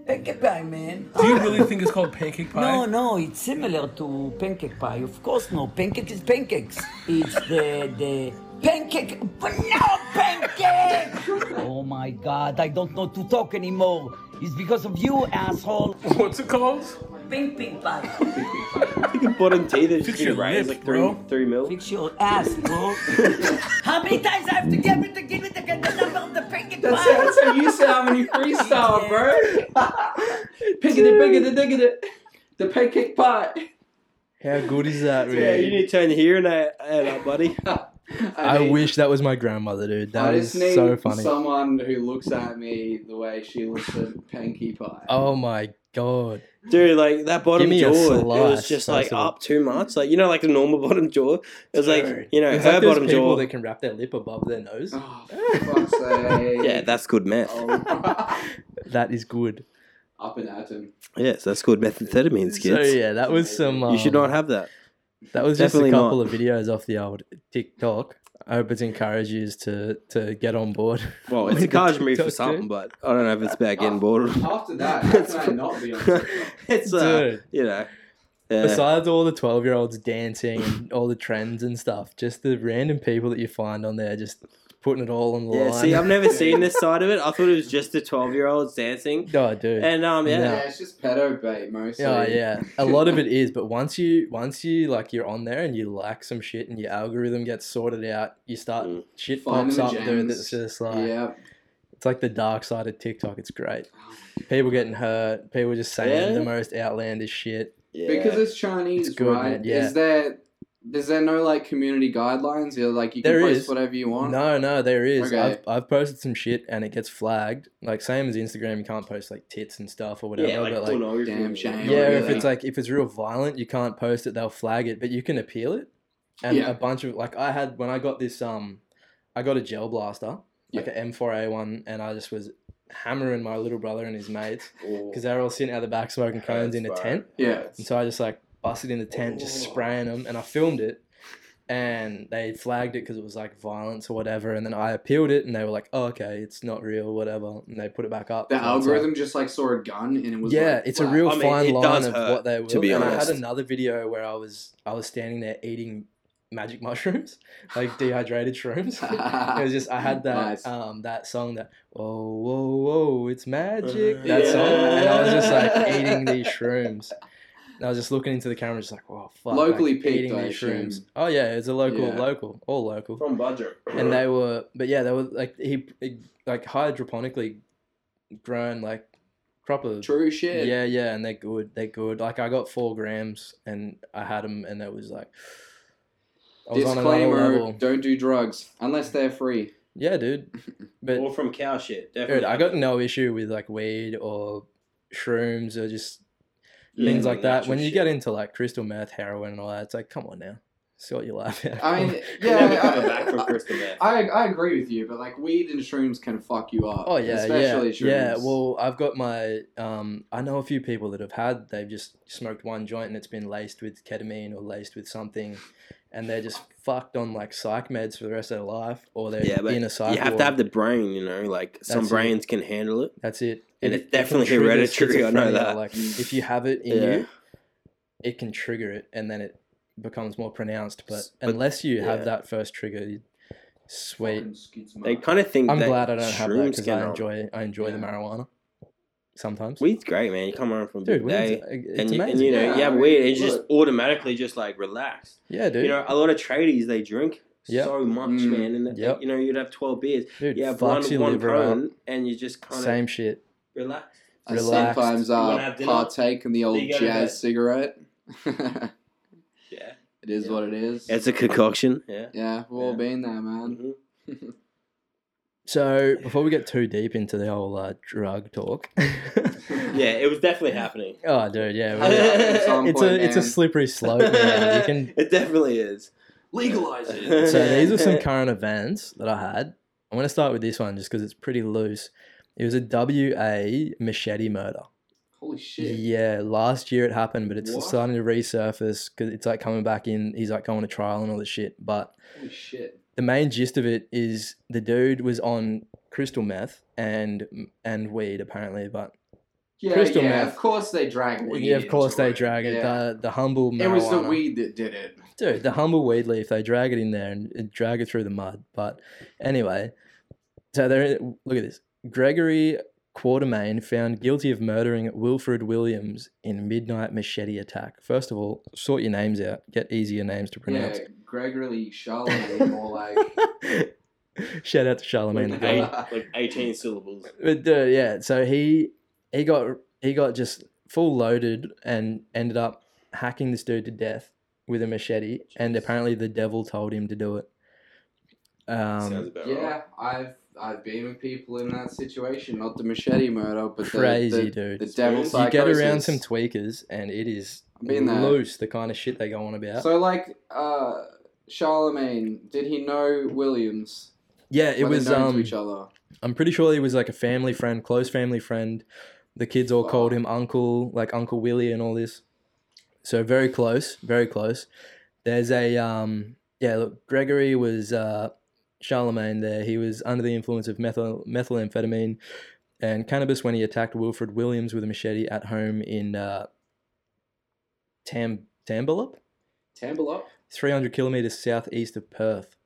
pancake pie, man.
Do you really think it's called pancake pie?
No, no, it's similar to pancake pie. Of course, no. Pancake is pancakes. It's the the pancake, but no pancake. oh my God! I don't know to talk anymore. It's because of you, asshole.
What's it called?
Pink pink pie.
bottom teeth is
Fix
pretty
your
right. It's
lip,
like three,
bro.
three mil.
Fix your ass, bro. How many times I have to get it to give it to get the number of the pancake
That's,
pie?
that's how you sound when you freestyle, bro. Piggity, biggity, diggity. The pancake pie.
how good is that?
Yeah,
Really?
you need to turn your hearing aid aid up, buddy.
I
mean,
wish that was my grandmother, dude.
I
That is
just need
so funny.
someone who looks at me the way she looks at Panky Pie.
Oh my god,
Dude, like that bottom
Give me a
jaw, it was
slice,
just
that's
like
all.
up too much. Like you know, like the normal bottom jaw. It was like
Dude.
you know
It's
her
like those
bottom
people
jaw.
that can wrap their lip above their nose.
Oh, for fuck's sake.
Yeah, that's good math.
Oh.
That is good.
Up and at him.
Yes, that's good methamphetamines,
So
kids.
yeah, that was some. Um,
You should not have that.
That was just a
Definitely not.
couple of videos off the old TikTok. I hope it's encouraged you to to get on board.
Well,
With
it's
the
encouraged me
TikTok,
for
dude.
something, but I don't know if it's about getting bored.
After that, how can I not be on TikTok?
it's uh,
Dude.
you know. yeah.
Besides all the twelve year olds dancing and all the trends and stuff, just the random people that you find on there just putting it all on the
Yeah,
line.
see, I've never seen this side of it. I thought it was just the 12 year olds dancing.
oh, dude.
And, um, yeah.
Yeah, it's just pedo bait mostly.
Yeah, Oh, yeah. A lot of it is, but once you once you like you're on there and you like some shit and your algorithm gets sorted out, you start
Mm.
shit
Find
pops
the
up dude
gems.
that's just like
Yeah.
it's like the dark side of TikTok. It's great. People getting hurt, people just saying
Yeah.
the most outlandish shit.
Yeah.
Because it's Chinese,
It's good,
right?
man, yeah.
Is there is there no like community guidelines? You're like you can
There
post
is.
whatever you want.
No, no, there is.
Okay.
I've, I've posted some shit and it gets flagged. Like same as Instagram, you can't post like tits and stuff or whatever.
yeah, like,
but like
pornography.
damn shame.
yeah,
really.
if it's like if it's real violent, you can't post it. They'll flag it, but you can appeal it. And
Yeah.
a bunch of like I had when I got this um, I got a gel blaster like
Yeah.
an M4A one, and I just was hammering my little brother and his mates
Oh,
because they were all sitting out the back smoking cones in a
that's
tent.
Yeah.
And so I just like busted in the tent, just
Oh.
spraying them, and I filmed it. And they flagged it because it was like violence or whatever. And then I appealed it, and they were like, oh, "Okay, it's not real, whatever." And they put it back up.
The
And it's like-
algorithm just like saw a gun and it was
yeah,
like,
it's a
flat.
real
I mean,
fine
it
line
does
of
hurt,
what they will.
to be
and I
honest.
had another video where I was I was standing there eating magic mushrooms, like dehydrated shrooms. it was just I had that
Nice.
um that song that whoa whoa whoa it's magic
Uh-huh.
that song, and I was just like
Yeah.
eating these shrooms. And I was just looking into the camera, just like, "Wow, fuck!"
Locally
like,
picked,
eating
I
these
assume.
shrooms. Oh yeah, it's a local,
Yeah.
local, all local
From budget.
and they were but yeah they were like he he- like hydroponically grown like proper
true shit.
yeah yeah and they're good they're good like i got four grams and i had them and it was like i was on another
Disclaimer:
level
Don't do drugs unless they're free.
yeah dude
Or
but
from cow shit. Definitely.
dude, i got no issue with like weed or shrooms or just
Yeah,
things like that
natural
when you
shit.
get into like crystal meth heroin and all that it's like come on now sort your life out
I mean,
You're
yeah,
never coming back from
I-
crystal meth.
I, I agree with you, but like weed and shrooms can fuck you up.
Oh yeah,
especially
yeah,
shrooms.
yeah. Well, I've got my. Um, I know a few people that have had. They've just smoked one joint and it's been laced with ketamine or laced with something, and they're just fucked on like psych meds for the rest of their life, or they're
Yeah, but
in a psych.
you have
ward.
to have the brain, you know. Like some
That's it.
brains can handle it.
That's it.
and
It-
it's
it can
definitely
trigger
hereditary, I know
schizophrenia,
that.
Like if you have it in
Yeah.
you, it can trigger it, and then it becomes more pronounced. But,
S- but-
unless you
yeah.
have that first trigger, you, Sweet.
They kind of think
I'm
that
glad I don't have that
shrooms
because
can
I
help.
enjoy I enjoy the marijuana sometimes.
Weed's great, man. You come home from a
Dude,
big
weed's-
day,
it's
and, you, and
amazing.
you know,
Yeah,
you have
I mean,
weed, and you just
look.
automatically just like relax.
Yeah, dude.
You know, a lot of tradies they drink
Yep.
so much,
Mm.
man, and that-
Yep.
you know you'd have twelve beers,
Dude,
you have
fucks
one
your
one
liver up.
cone, and you just kind of
Same shit.
relax.
I
Relaxed.
sometimes
You wanna
uh,
have dinner?
partake in the old
you go to
jazz
bed.
cigarette.
Yeah,
It is what it is.
it's a concoction. Yeah, Mm-hmm.
yeah, we've all been there, man.
So before we get too deep into the whole uh, drug talk,
yeah, it was definitely happening.
oh dude, yeah, we-
At some
it's
point,
a it's a
man.
slippery slope. Man. You can
It definitely is.
Legalize
it.
So these are some current events that I had. I'm going to start with this one just because it's pretty loose. It was a WA machete murder.
Holy shit.
Yeah, last year it happened, but it's
What?
starting to resurface because it's like coming back in. He's like going to trial and all this shit. But
Holy shit.
the main gist of it is the dude was on crystal meth and and weed apparently, but
Yeah,
crystal
yeah,
meth.
of course they drag weed.
yeah, of course
into
they
it.
drag it.
Yeah.
The, the humble
It was the
marijuana.
weed that did it.
Dude, the humble weed leaf, they drag it in there and and drag it through the mud. But anyway, so there, look at this. Gregory Quatermain found guilty of murdering Wilfred Williams in midnight machete attack. First of all, sort your names out. Get easier names to pronounce.
Yeah, Gregory Charlemagne or like
Shout out to Charlemagne the
like,
God.
eight, like eighteen syllables.
But uh, yeah, so he he got he got just full loaded and ended up hacking this dude to death with a machete, and apparently the devil told him to do it. Um,
Yeah, I've I've been with people in that situation, not the machete murder, but the-
crazy
the,
dude.
The devil
you get around
psychosis.
some tweakers, and it is
Been there.
loose the kind of shit they go on about.
So like uh Charlemagne, did he know Williams?
yeah, it
Were they
was.
known
Um,
to each other.
I'm pretty sure he was like a family friend, close family friend. The kids all called him Uncle, like Uncle Willie, and all this. So very close, very close. There's a um, yeah. Look, Gregory was uh, Charlemagne. There, he was under the influence of methyl methamphetamine and cannabis when he attacked Wilfred Williams with a machete at home in uh, Tam Tambalup,
Tamble up.
300 kilometers southeast of Perth.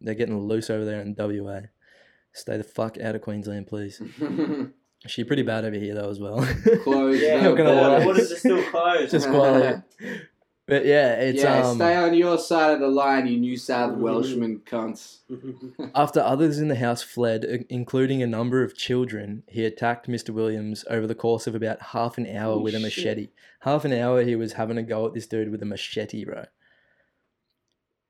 They're getting loose over there in WA. Stay the fuck out of Queensland, please. She's pretty bad over here though as well.
Close.
Yeah,
the
not gonna
border.
lie. What is
it still closed?
Just quietly. But yeah, it's
yeah,
um
stay on your side of the line, you New South
Mm-hmm.
Welshman cunts.
after others in the house fled, i- including a number of children, he attacked Mr. Williams over the course of about half an hour
Holy
with a
shit.
machete. Half an hour he was having a go at this dude with a machete, bro.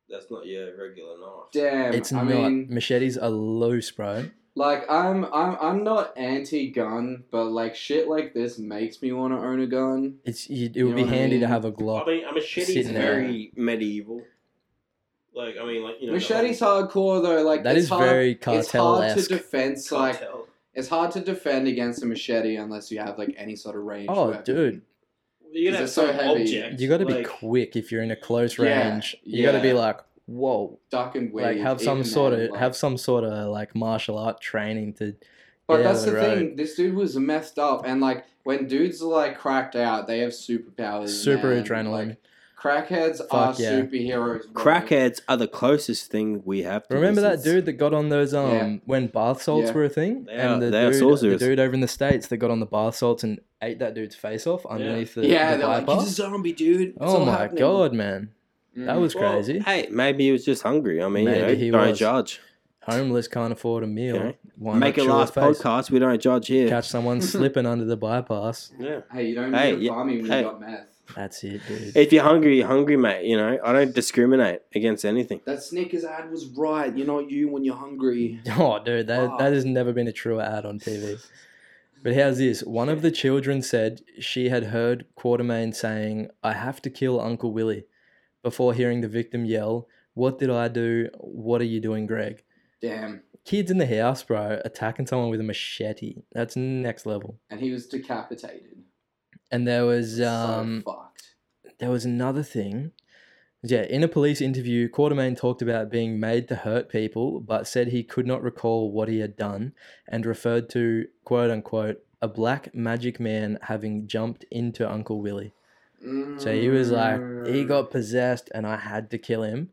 That's not your regular knife.
Damn,
it's
Um, I
not
mean,
machetes are loose, bro.
Like I'm, I'm, I'm not anti-gun, but like shit like this makes me want to own a gun.
It's you, it
You
would be
know what I
handy to
mean?
have a Glock.
I mean, a machete is
sitting there.
very medieval. Like, I mean, like you know, the
Machete's
whole-
hardcore though. Like
That
it's
is
hard,
very
It's hard to
cartel-esque.
defend. Like
cartel.
it's hard to defend against a machete unless you have like any sort of range.
Oh,
weapon.
dude,
You gotta have
These are so
some
heavy.
object.
you got to be
like,
quick if you're in a close
Yeah,
range. You got to be
yeah.
like, whoa,
duck and weave.
like have some
even
sort
then,
of
like-
have some sort of like martial art training to.
But
get out
that's
of
the,
road.
thing. This dude was messed up, and like when dudes are like cracked out, they have superpowers.
Super
man.
adrenaline.
Like, crackheads are
Fuck yeah.
superheroes. bro.
crackheads are the closest thing we have. to
Remember
this.
that dude that got on those um
Yeah.
when bath salts
Yeah.
were a thing,
They are-
and the
they are
dude, the
sorcerers.
dude over in the states that got on the bath salts and ate that dude's face off underneath the
yeah,
the
they're like,
bypass?
he's a zombie, dude. It's
oh
all
my
happening."
god, man, that
Mm.
was
Well,
crazy.
Hey, maybe he was just hungry. I mean, you
Maybe
know,
he
don't
was.
judge.
Homeless can't afford a meal.
You know,
Why not
Make it
chew a
last
face?
podcast. We don't judge here.
Catch someone slipping under the bypass.
Yeah.
Hey, you don't
Hey,
need
yeah,
to farm him when
hey.
you got meth.
That's it, dude.
If you're hungry, you're hungry, mate. You know, I don't discriminate against anything.
That Snickers ad was right. You're not you when you're hungry.
Oh, dude, that,
Wow.
that has never been a truer ad on TV. But how's this? One of the children said she had heard Quatermain saying, I have to kill Uncle Willie, before hearing the victim yell, What did I do? What are you doing, Greg?
Damn.
Kids in the house, bro, attacking someone with a machete. That's next level.
And he was decapitated.
And there was
Um,
um,
so fucked.
there was another thing. Yeah, in a police interview, Quatermain talked about being made to hurt people, but said he could not recall what he had done and referred to, quote unquote, a black magic man having jumped into
Mm.
Uncle Willie. So he was like, he got possessed and I had to kill him.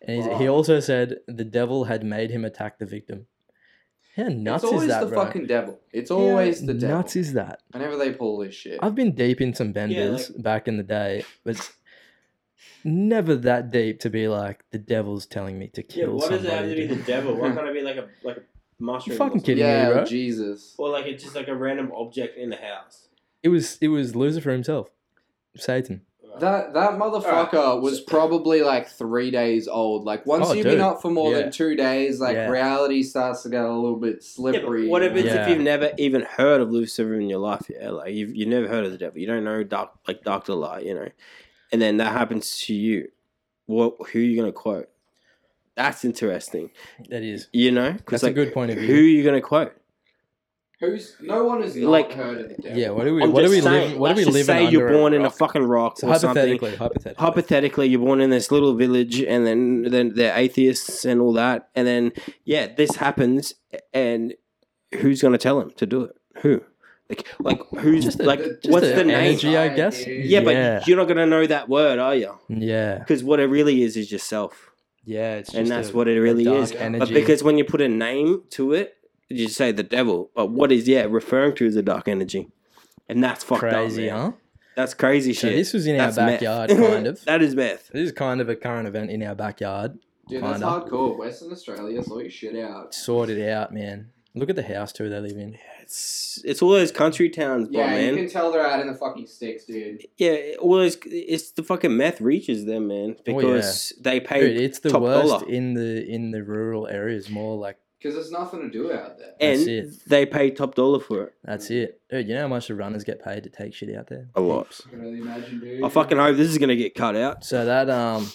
And he's, he also said the devil had made him attack the victim. How nuts
it's always
is that,
the
bro?
fucking devil. It's always the devil.
nuts is that?
Whenever they pull this shit.
I've been deep in some benders back in the day, but it's never that deep to be like the devil's telling me to
Yeah,
kill
what does
somebody.
it have to be the
dude.
devil? Why can't it be like a like a mushroom?
You
or
fucking
something?
kidding me, bro?
Jesus.
Or like it's just like a random object in the house.
It was it was Lucifer himself, Satan.
That that motherfucker was probably like three days old. Like once
Oh,
you've been
dude.
up for more
Yeah.
than two days, like
Yeah.
reality starts to get a little bit
Yeah, but
slippery.
what if it's
Yeah.
if you've never even heard of Lucifer in your life? Yeah, like you've you never heard of the devil. You don't know doc, like Doctor Light, you know, and then that happens to you. What? Who are you gonna quote? That's interesting.
That is.
You know,
That's a good point of
Who are
view.
you gonna quote?
Who's no one has not
Like-
heard of the devil.
Yeah, what do we
I'm
what do
just
we
saying,
live what do we
let's just
live
say
in
you're
under
born in a
rock?
fucking rock or something.
hypothetically, hypothetically.
hypothetically you're born in this little village and then then they're atheists and all that and then yeah this happens and who's going to tell him to do it who like like who's
Just a-
like
just
what's
a
the name
energy, I guess.
yeah,
Yeah.
but you're not going to know that word are you
Yeah,
because what it really is is yourself
yeah, it's just
and that's
a-
what it
a
really
dark
is
Energy.
but because when you put a name to it you say the devil but what is yeah referring to is a dark energy and that's fucked
crazy,
up, man.
huh?
That's crazy shit.
So this was in our
That's meth.
backyard, kind of.
that is meth.
This is kind of a current event in our backyard.
Dude, that's
Kinda.
hardcore. Western Australia, sort your shit out.
Sort it out, man. Look at the house too they live in.
It's it's all those country towns, bro,
Yeah,
man.
you can tell they're out in the fucking sticks, dude.
Yeah, well, it's, it's the fucking meth reaches them, man,
Oh, yeah.
because they pay
Dude, it's the
top
worst
dollar,
in the in the rural areas. More like
Because there's nothing to do out there.
and
That's it.
they pay top dollar for it.
that's it, dude. You know how much the runners get paid to take shit out there?
A lot.
Can only imagine, dude.
I fucking hope this is gonna get cut out.
So that um,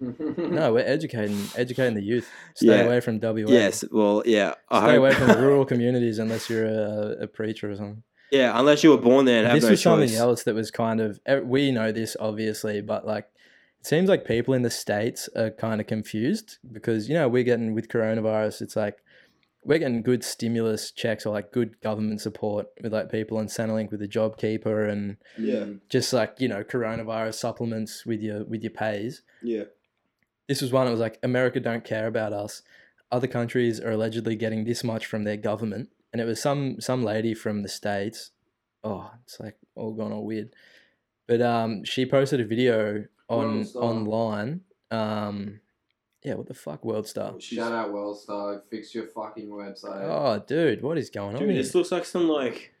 no, we're educating educating the youth. Stay
Yeah.
away from WA.
Yes, well, yeah. I
Stay
hope.
away from rural communities unless you're a, a preacher or something.
yeah, unless you were born there and have
this
no
was something
choice.
else that was kind of eh, we know this obviously but like it seems like people in the states are kind of confused because you know we're getting with coronavirus it's like we're getting good stimulus checks or like good government support with like people on Centrelink with the JobKeeper and
Yeah.
just like you know coronavirus supplements with your with your pays.
Yeah.
This was one. It was like America don't care about us. Other countries are allegedly getting this much from their government, and it was some some lady from the states. Oh, it's like all gone all weird. But um, she posted a video on
uh?
World Star.
online. Um, yeah, what the fuck, world star?
Oh,
Shout out, Wellstar. Fix your fucking website.
Oh, dude, what is going on?
Dude,
Here?
this looks like some like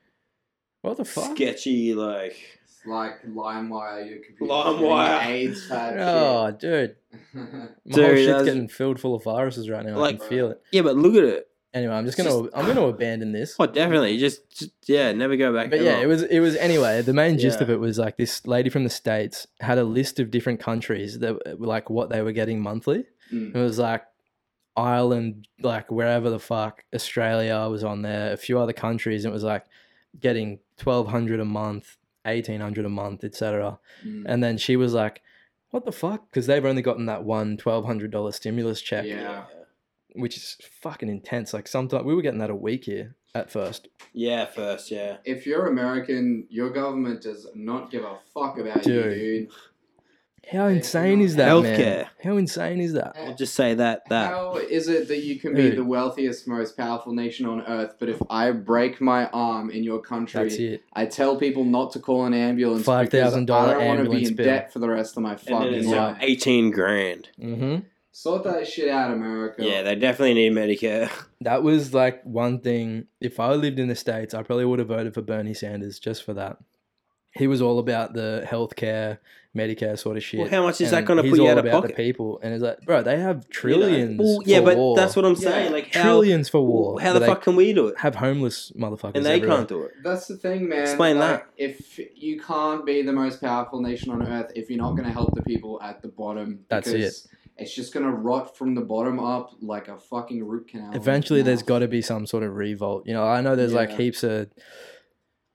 What the fuck?
sketchy like.
It's like LimeWire, your computer.
LimeWire.
AIDS type
Oh, dude,
shit.
my
Dude,
whole shit's
that's-
getting filled full of viruses right now. I
Like-
can feel it.
Yeah, but look at it.
Anyway, I'm just gonna I'm gonna abandon this.
Oh, definitely. Just, just yeah, never go back.
But yeah,
ever.
it was it was anyway. The main gist
Yeah.
of it was like this lady from the states had a list of different countries that were, like what they were getting monthly.
Mm.
It was like Ireland, like wherever the fuck Australia was on there, a few other countries. And it was like getting twelve hundred a month, eighteen hundred a month, etc.
Mm.
And then she was like, "What the fuck?" Because they've only gotten that one twelve hundred dollar stimulus check,
Yeah.
which is fucking intense. Like sometimes we were getting that a week here at first.
yeah, first, yeah.
If you're American, your government does not give a fuck about you,
Dude.
dude.
How insane is that, man?
Healthcare.
How insane is that?
I'll just say that that.
How is it that you can be
Dude.
the wealthiest, most powerful nation on earth, but if I break my arm in your
That's
country,
it.
I tell people not to call an ambulance because I
$5,000
don't want to be
ambulance
in
bill.
debt for the rest of my
and then it's
fucking
like
life.
18 grand.
hmm
Sort that shit out, America.
Yeah, they definitely need Medicare.
That was like one thing. If I lived in the states, I probably would have voted for Bernie Sanders just for that. He was all about the healthcare, Medicare sort of shit.
Well, how much is that
and
gonna
he's
put you
all
out of
about The
pocket?
people, and it's like, bro, they have trillions.
Well, yeah,
for
but
war.
that's what I'm saying. Like, how,
trillions for war.
how the
that
fuck can we do it?
they have homeless motherfuckers?
And they
everywhere.
can't do it.
That's the thing, man.
Explain
Like, If you can't be the most powerful nation on earth, if you're not going to help the people at the bottom,
That's
because It's just going to rot from the bottom up like a fucking root canal.
Eventually, there's got
to.
to be some sort of revolt. You know, I know there's like
Yeah.
heaps of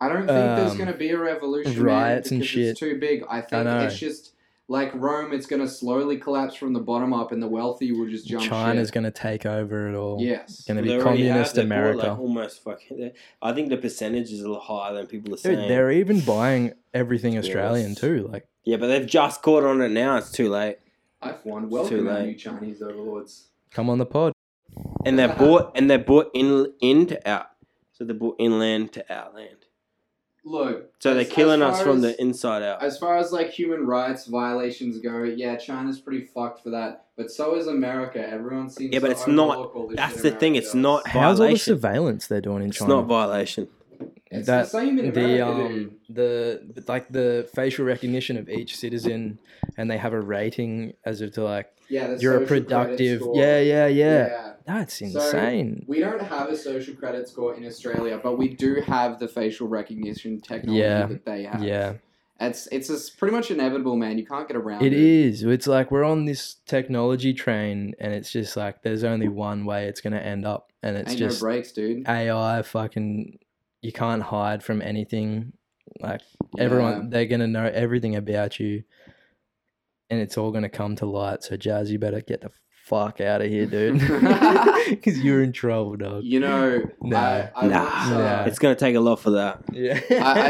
I don't think there's
um,
going to be a revolution. man,
riots and
because
shit.
It's too big. I think
know.
it's just like Rome. It's going to slowly collapse from the bottom up, and the wealthy will just jump.
China's
ship.
going to take over it all.
Yes.
going to
They
be
already have,
communist
they bought,
America.
Like, almost fucking. they- I think the percentage is a lot higher than people are
Dude,
saying.
they're even buying everything Australian
Yes.
too. Like,
yeah, but they've just caught on it now. It's too late.
I've won.
It's too
Welcome, our
late.
new Chinese overlords.
Come on the pod.
And they're bought and they're bought in in to out. So they're bought inland to outland.
Look,
So they're
as- as
killing us
far
from
as-
the inside out.
As far as like human rights violations go, yeah, China's pretty fucked for that. But so is America. Everyone seems
Yeah, but
to
it's not-
overlook all this
That's
shit
the thing.
America
It's
does.
not
How's all the
violation.
surveillance they're doing in
It's
China?
not violation.
It's
that
the same in
the
America,
um the like the facial recognition of each citizen and they have a rating as if to like
Yeah, the
you're a
social credit
productive
score.
yeah yeah yeah
Yeah.
that's
So,
insane
we don't have a social credit score in Australia, but we do have the facial recognition technology
Yeah.
that they have.
yeah
It's it's just pretty much inevitable, man. You can't get around
it
it.
is it's like we're on this technology train and it's just like there's only one way it's going to end up and it's
Ain't
just
no breaks, dude.
AI fucking you can't hide from anything. Like
Yeah.
everyone they're gonna know everything about you and it's all gonna come to light. So Jazz, you better get the fuck out of here, dude. Cause you're in trouble, dog.
You know,
Nah.
I, I
Nah.
once, uh,
It's gonna take a lot for that.
Yeah.
I,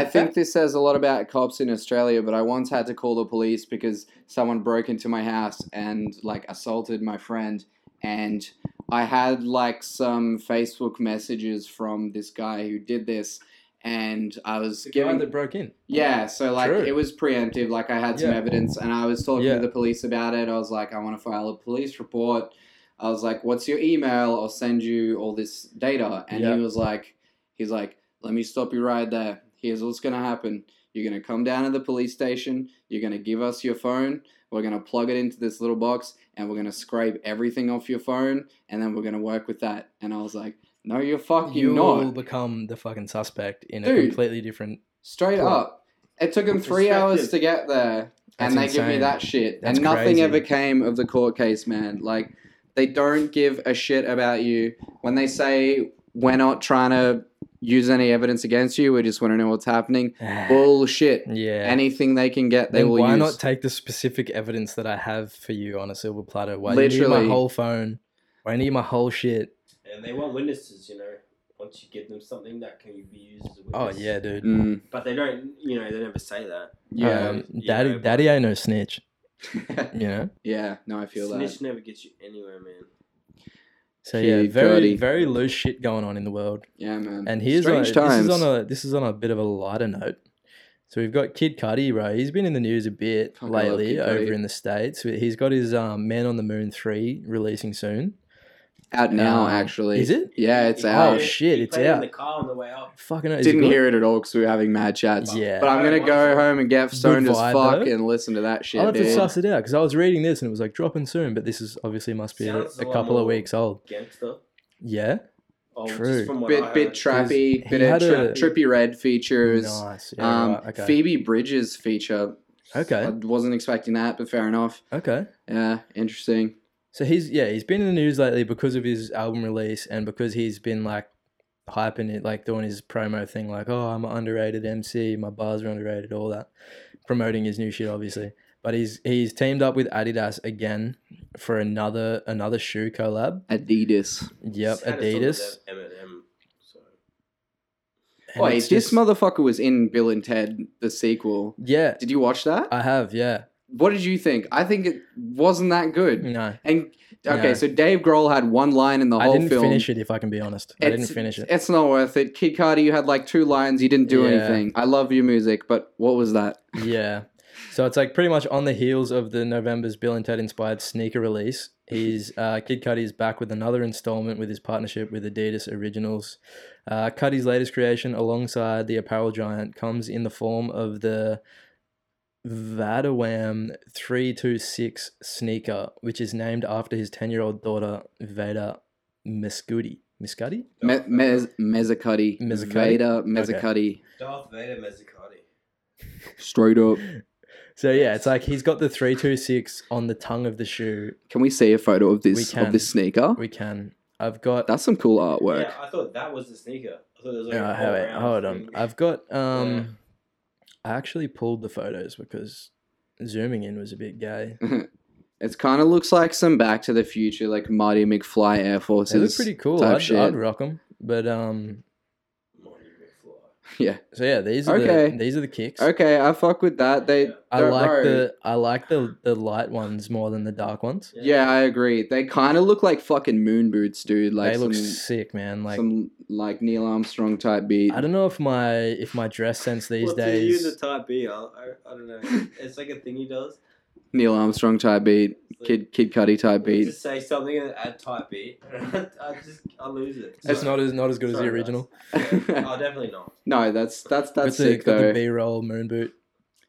I think this says a lot about cops in Australia, but I once had to call the police because someone broke into my house and like assaulted my friend. And I had like some Facebook messages from this guy who did this. And I was
Guy
giving
that broke in.
yeah, so like
True.
it was preemptive. Like I had some
Yeah.
evidence, and I was talking
Yeah.
to the police about it. I was like, I want to file a police report. I was like, What's your email? I'll send you all this data. And
Yeah.
he was like, He's like, Let me stop you right there. Here's what's gonna happen. You're gonna come down to the police station. You're gonna give us your phone. We're gonna plug it into this little box, and we're gonna scrape everything off your phone, and then we're gonna work with that. And I was like, No, you're fucking
You
not.
will become the fucking suspect in a
Dude.
completely different
Straight
Cool.
up. It took them three hours to get there, and they
That's
give me
insane.
that shit.
That's
and nothing
crazy.
ever came of the court case, man. Like, they don't give a shit about you. When they say, we're not trying to use any evidence against you, we just want to know what's happening. Bullshit.
Yeah.
Anything they can get, they
then
will
why
use.
not take the specific evidence that I have for you on a silver platter? Why do you need
Literally.
my whole phone? Why do you need my whole shit?
And they want witnesses, you know. Once you give them something that can be used as a
Oh yeah, dude.
Mm,
But they don't, you know, they never say that.
yeah.
Um,
you
daddy,
know, but-
daddy ain't no snitch. You know.
yeah. No, I feel
Snitch
that.
never gets you anywhere, man.
So yeah,
Gee,
very
Cody.
very loose shit going on in the world.
Yeah, man.
And here's
Strange
like,
times.
this is on a this is on a bit of a lighter note. So we've got Kid Cudi, right? He's been in the news a bit
Fucking love
lately
Kid
over
Cudi.
in the states. He's got his um, Man on the Moon three releasing soon.
out now,
um,
actually.
is it?
Yeah, it's
He
out.
Oh,
played it-
shit,
he
it's
played it
out.
In the car on the way up.
Fucking hell, is
Didn't
good?
hear it at all because we were having mad chats.
Yeah.
But I'm gonna go home and get stoned as
vibe,
fuck
though.
and listen to that shit,
I'll have
dude.
to suss it out because I was reading this and it was like dropping soon, but this is obviously must be a,
Sounds a
a
lot
couple of
more-
weeks old.
Gangster.
Yeah,
Oh, just
True.
from what I
bit
heard.
bit trappy,
He
bit
had
of tri-
a-
trippy red features.
nice. Yeah,
um,
right, okay,
Phoebe Bridges feature. I
okay,
wasn't expecting that, but fair enough.
okay.
Yeah, interesting.
So he's yeah, he's been in the news lately because of his album release and because he's been like hyping it, like doing his promo thing, like oh I'm an underrated MC, my bars are underrated, all that, promoting his new shit obviously. But he's he's teamed up with Adidas again for another another shoe collab.
Adidas.
Yep,
Just had a song with
Adidas.
that Eminem. So.
And
Wait,
it's
this
just-
motherfucker was in Bill and Ted the sequel.
Yeah,
Did you watch that?
I have. Yeah,
what did you think? I think it wasn't that good.
no,
And okay,
No.
so Dave Grohl had one line in the
I
whole
didn't
film.
finish it. If I can be honest, I didn't
It's-
finish it.
It's not worth it. Kid Cardi, you had like two lines. You didn't do
Yeah.
anything. I love your music, but what was that?
Yeah. So it's like pretty much on the heels of the November's Bill and Ted inspired sneaker release. He's uh, Kid Cudi is back with another installment with his partnership with Adidas Originals. Uh, Cudi's latest creation, alongside the apparel giant, comes in the form of the Vadawam 326 sneaker, which is named after his 10 year old daughter, Veda Miscudi. Miscudi?
Me- Mez- Mezzacuddy.
Mezzacuddy?
Vader Mezzacuddy.
Darth Vader Mezzicotti.
Straight up.
So yeah, it's like he's got the 326 on the tongue of the shoe.
Can we see a photo of
We
this
can.
of this sneaker?
We can. I've got
That's some cool artwork.
Yeah, I thought that was the sneaker. I thought it was like
No,
a
wait, wait,
all-round
hold on.
thing.
I've got um I actually pulled the photos because zooming in was a bit gay.
It kind of looks like some Back to the Future, like Marty McFly Air
They
Forces.
look pretty cool.
type
I'd,
shit.
I'd rock them. But um
Marty McFly.
Yeah.
So yeah, these are
Okay.
the these are the kicks.
Okay, I fuck with that. They
I
they're
like
rogue.
the I like the the light ones more than the dark ones.
Yeah, I agree. They kind of look like fucking moon boots, dude. Like
they look
some-
sick, man. Like
some like Neil Armstrong type beat.
I don't know if my if my dress sense these
Well, to you,
days.
the type B, I, I, I don't know. It's like a thing he does.
Neil Armstrong type beat, Kid Kid Cudi type
You
beat.
Just say something and add type B. I just I lose it.
It's not as not as good as the original.
Oh, definitely not.
No, that's that's
With
that's
the-
sick
with the,
though.
B roll moon boot.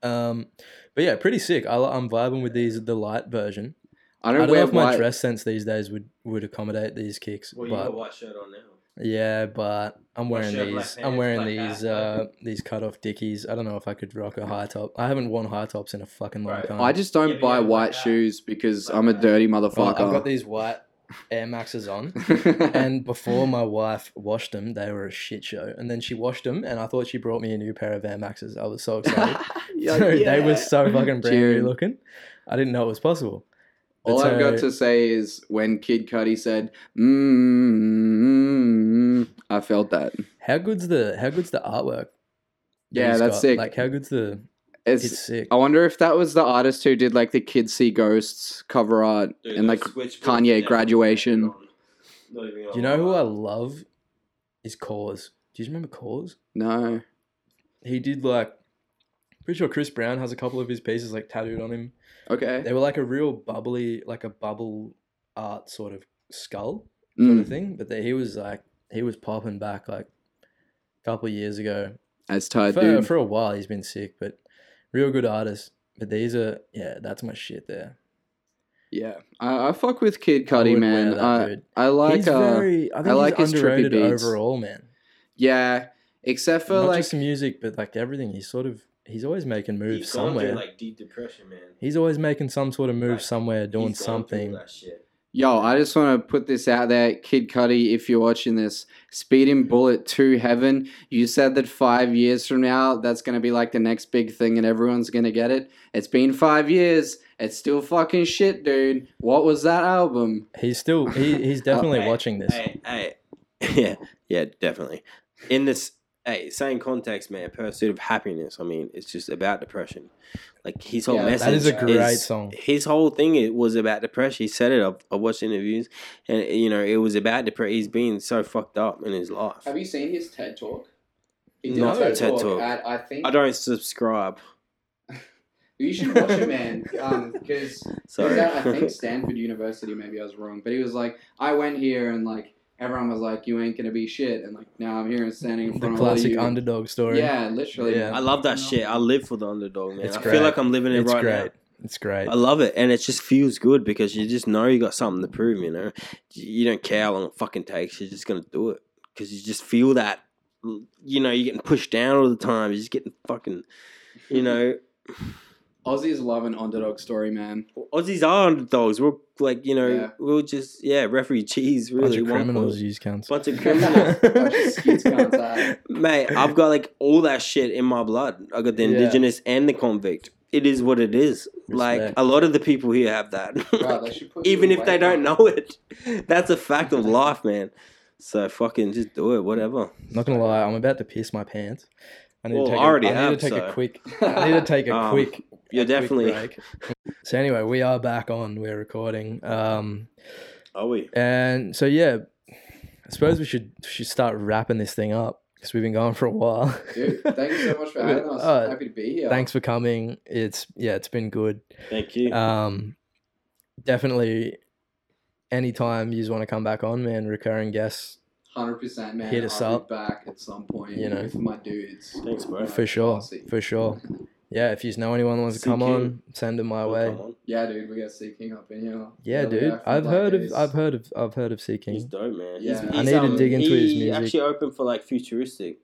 Um, but yeah, pretty sick. I, li- I'm vibing with these the light version.
I don't wear
know if my
white-
dress sense these days would would accommodate these kicks.
Well, you got a
but
white shirt on now.
yeah, but I'm
White
wearing
shirt, black
these. I'm
pants,
wearing
black
these uh, these cut off dickies. I don't know if I could rock a high top. I haven't worn high tops in a fucking long time.
I just don't buy white shoes because I'm a dirty
Well,
motherfucker.
Oh, I've got these white Air Maxes on, and before my wife washed them, they were a shit show. And then she washed them, and I thought she brought me a new pair of Air Maxes. I was so excited.
Yeah,
so They
yeah.
were so fucking brand
Dude.
new looking. I didn't know it was possible.
All
But
I've got
so-
to say is when Kid Cudi said, mm, I felt that.
How good's the How good's the artwork? that
Yeah,
he's
that's sick.
Like how good's the?
It's, sick. I wonder if that was the artist who did like the Kids See Ghosts cover art and like Kanye graduation.
Do you know who I love? Is Cause. Do you remember Cause?
No.
He did like. Pretty sure Chris Brown has a couple of his pieces like tattooed on him.
Okay.
They were like a real bubbly, like a bubble art sort of skull sort of
Mm.
thing. But that he was like he was popping back like a couple of years ago.
As tight
for,
Uh, dude.
for a while he's been sick, but real good artist. But these are yeah, that's my shit there.
Yeah. I, I fuck with Kid
I
Cudi,
would
man.
wear that,
I,
dude.
I like
He's
uh,
very- I
I,
think he's
like his trippy
underrated
beats.
overall, man.
Yeah. Except for
Not
like
just the music, but like everything. He's sort of he's always making moves
He's gone
somewhere.
through like deep depression, man.
he's always making some sort of move somewhere, doing
He's gone through
something.
That shit.
Yo, I just want to put this out there, Kid Cudi. If you're watching this, Speeding Bullet to Heaven. You said that five years from now, that's gonna be like the next big thing, and everyone's gonna get it. It's been five years. It's still fucking shit, dude. What was that album?
He's still he, he's
Oh,
definitely
Hey,
watching this.
Hey, hey, yeah, yeah, definitely. In this, hey, same context, man. Pursuit of happiness. I mean, it's just about depression. Like his whole
Yeah,
message.
that is a great song.
His whole thing it was about depression. He said it. I, I watched interviews, and you know, it was about depression. He's been so fucked up in his life.
Have you seen his TED talk?
did a No, TED TED Talk Talk. at-
I think
I don't subscribe.
You should watch it, man. Um, Because
Sorry.
I think Stanford University, maybe I was wrong, but he was like, I went here and like everyone was like, you ain't gonna be shit, and like now I'm here and standing in
The
front of all of
classic
you.
underdog story.
Yeah, literally.
Yeah.
I love that shit. I live for the underdog, man.
It's
I
great.
feel like I'm living it
It's
right now.
great. It's great.
I love it, and it just feels good because you just know you got something to prove. You know, you don't care how long it fucking takes. You're just gonna do it because you just feel that. You know, you're getting pushed down all the time. You're just getting fucking. You know,
Aussies love an underdog story, man.
Aussies are underdogs. We're like, you know,
Yeah.
we're just yeah, refugees.
Bunch
Really,
of
One
criminals
point-
use counts.
bunch of criminals. Mate, I've got like all that shit in my blood. I got the
Yeah.
indigenous and the convict. It is what it is. Like
Respect.
a lot of the people here have that. Even if they don't know it. That's a fact of life, man. So fucking just do it, whatever.
Not gonna lie, I'm about to piss my pants. I need
Well,
to take,
I already
a, I need
have,
to take
so.
a quick. I need to take a
Um,
quick.
You're
a quick
definitely
break. So anyway, we are back on. We're recording. Um,
Are we?
And so yeah, I suppose we should should start wrapping this thing up because we've been going for a while.
Dude, thank you so much for having us.
Uh,
Happy to be here.
Thanks for coming. It's yeah, it's been good.
Thank you.
Um, definitely. Anytime you just want to come back on, man, recurring guests
Hundred percent, man.
Hit us
I'll
up.
Be back at some point.
You know.
with my dudes.
Thanks, bro.
for sure, for sure. Yeah, if you know anyone that wants to come
CQ.
on, send them my way.
Yeah, dude, we got Sea King up in here.
Yeah,
The other
dude.
guy from
I've
Black
heard
Days.
of, I've heard of, I've heard of Sea King.
He's dope, man.
Yeah.
He's-
I
he's,
need to
um,
dig into his
he
music.
actually opened for like futuristic.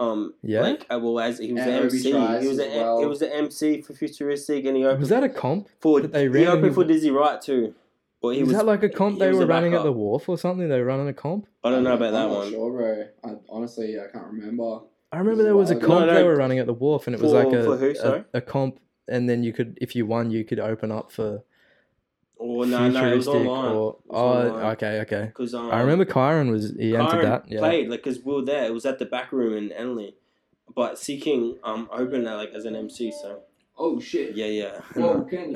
Um,
Yeah?
Like, uh, well, as he was
And
an
Ruby
MC,
Tries
he was
as
an
well.
it was an MC for futuristic, and he opened
was that a comp
for
that they
he
ran?
opened for Dizzy Wright too. Well, he
was,
was,
that like a comp
he
they
was
were
a
running at
backup.
the wharf or something? They were running a comp.
I don't know about that
I'm not
one.
Sure, bro. I, honestly, I can't remember.
I remember there was a
No,
comp
no.
they were running at the wharf, and it was
For-
like a,
for who,
a-
sorry?
a comp, and then you could, if you won, you could open up for.
Or no, no, it was
futuristic
online.
Or,
It was
oh,
online.
okay, okay.
'Cause,
I
um,
remember Kyron was he entered
Kyron
that. Yeah,
played like because we were there. It was at the back room in Enley.
But seeking, um, open that like as an MC. So.
Oh shit.
Yeah, yeah.
Whoa, can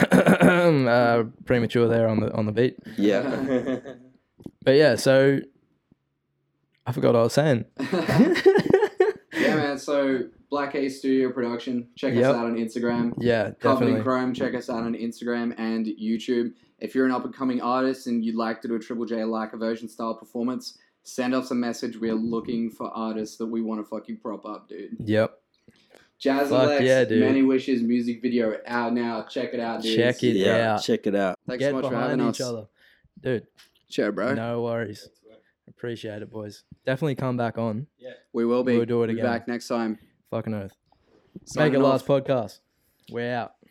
uh, premature there on the on the beat.
Yeah.
But yeah, so I forgot what I was saying.
yeah, man. So Black A Studio Production. Check
Yep.
us out on Instagram.
Yeah,
Covenant
definitely.
Chrome. Check us out on Instagram and YouTube. If you're an up and coming artist and you'd like to do a Triple J like version style performance, send us a message. We are looking for artists that we want to fucking prop up, dude.
Yep.
Jazz
Fuck
Alex,
yeah, dude.
Many Wishes music video out now. Check it out, dude.
Check it out.
Check it out.
Thanks
Get
so much for
behind
having
each
us.
other, dude.
Sure, bro.
No worries. Appreciate it, boys. Definitely come back on.
We will be.
We'll do it
Be
again.
back next time.
Fucking oath. Make
Signing
it last
off.
podcast. We're out.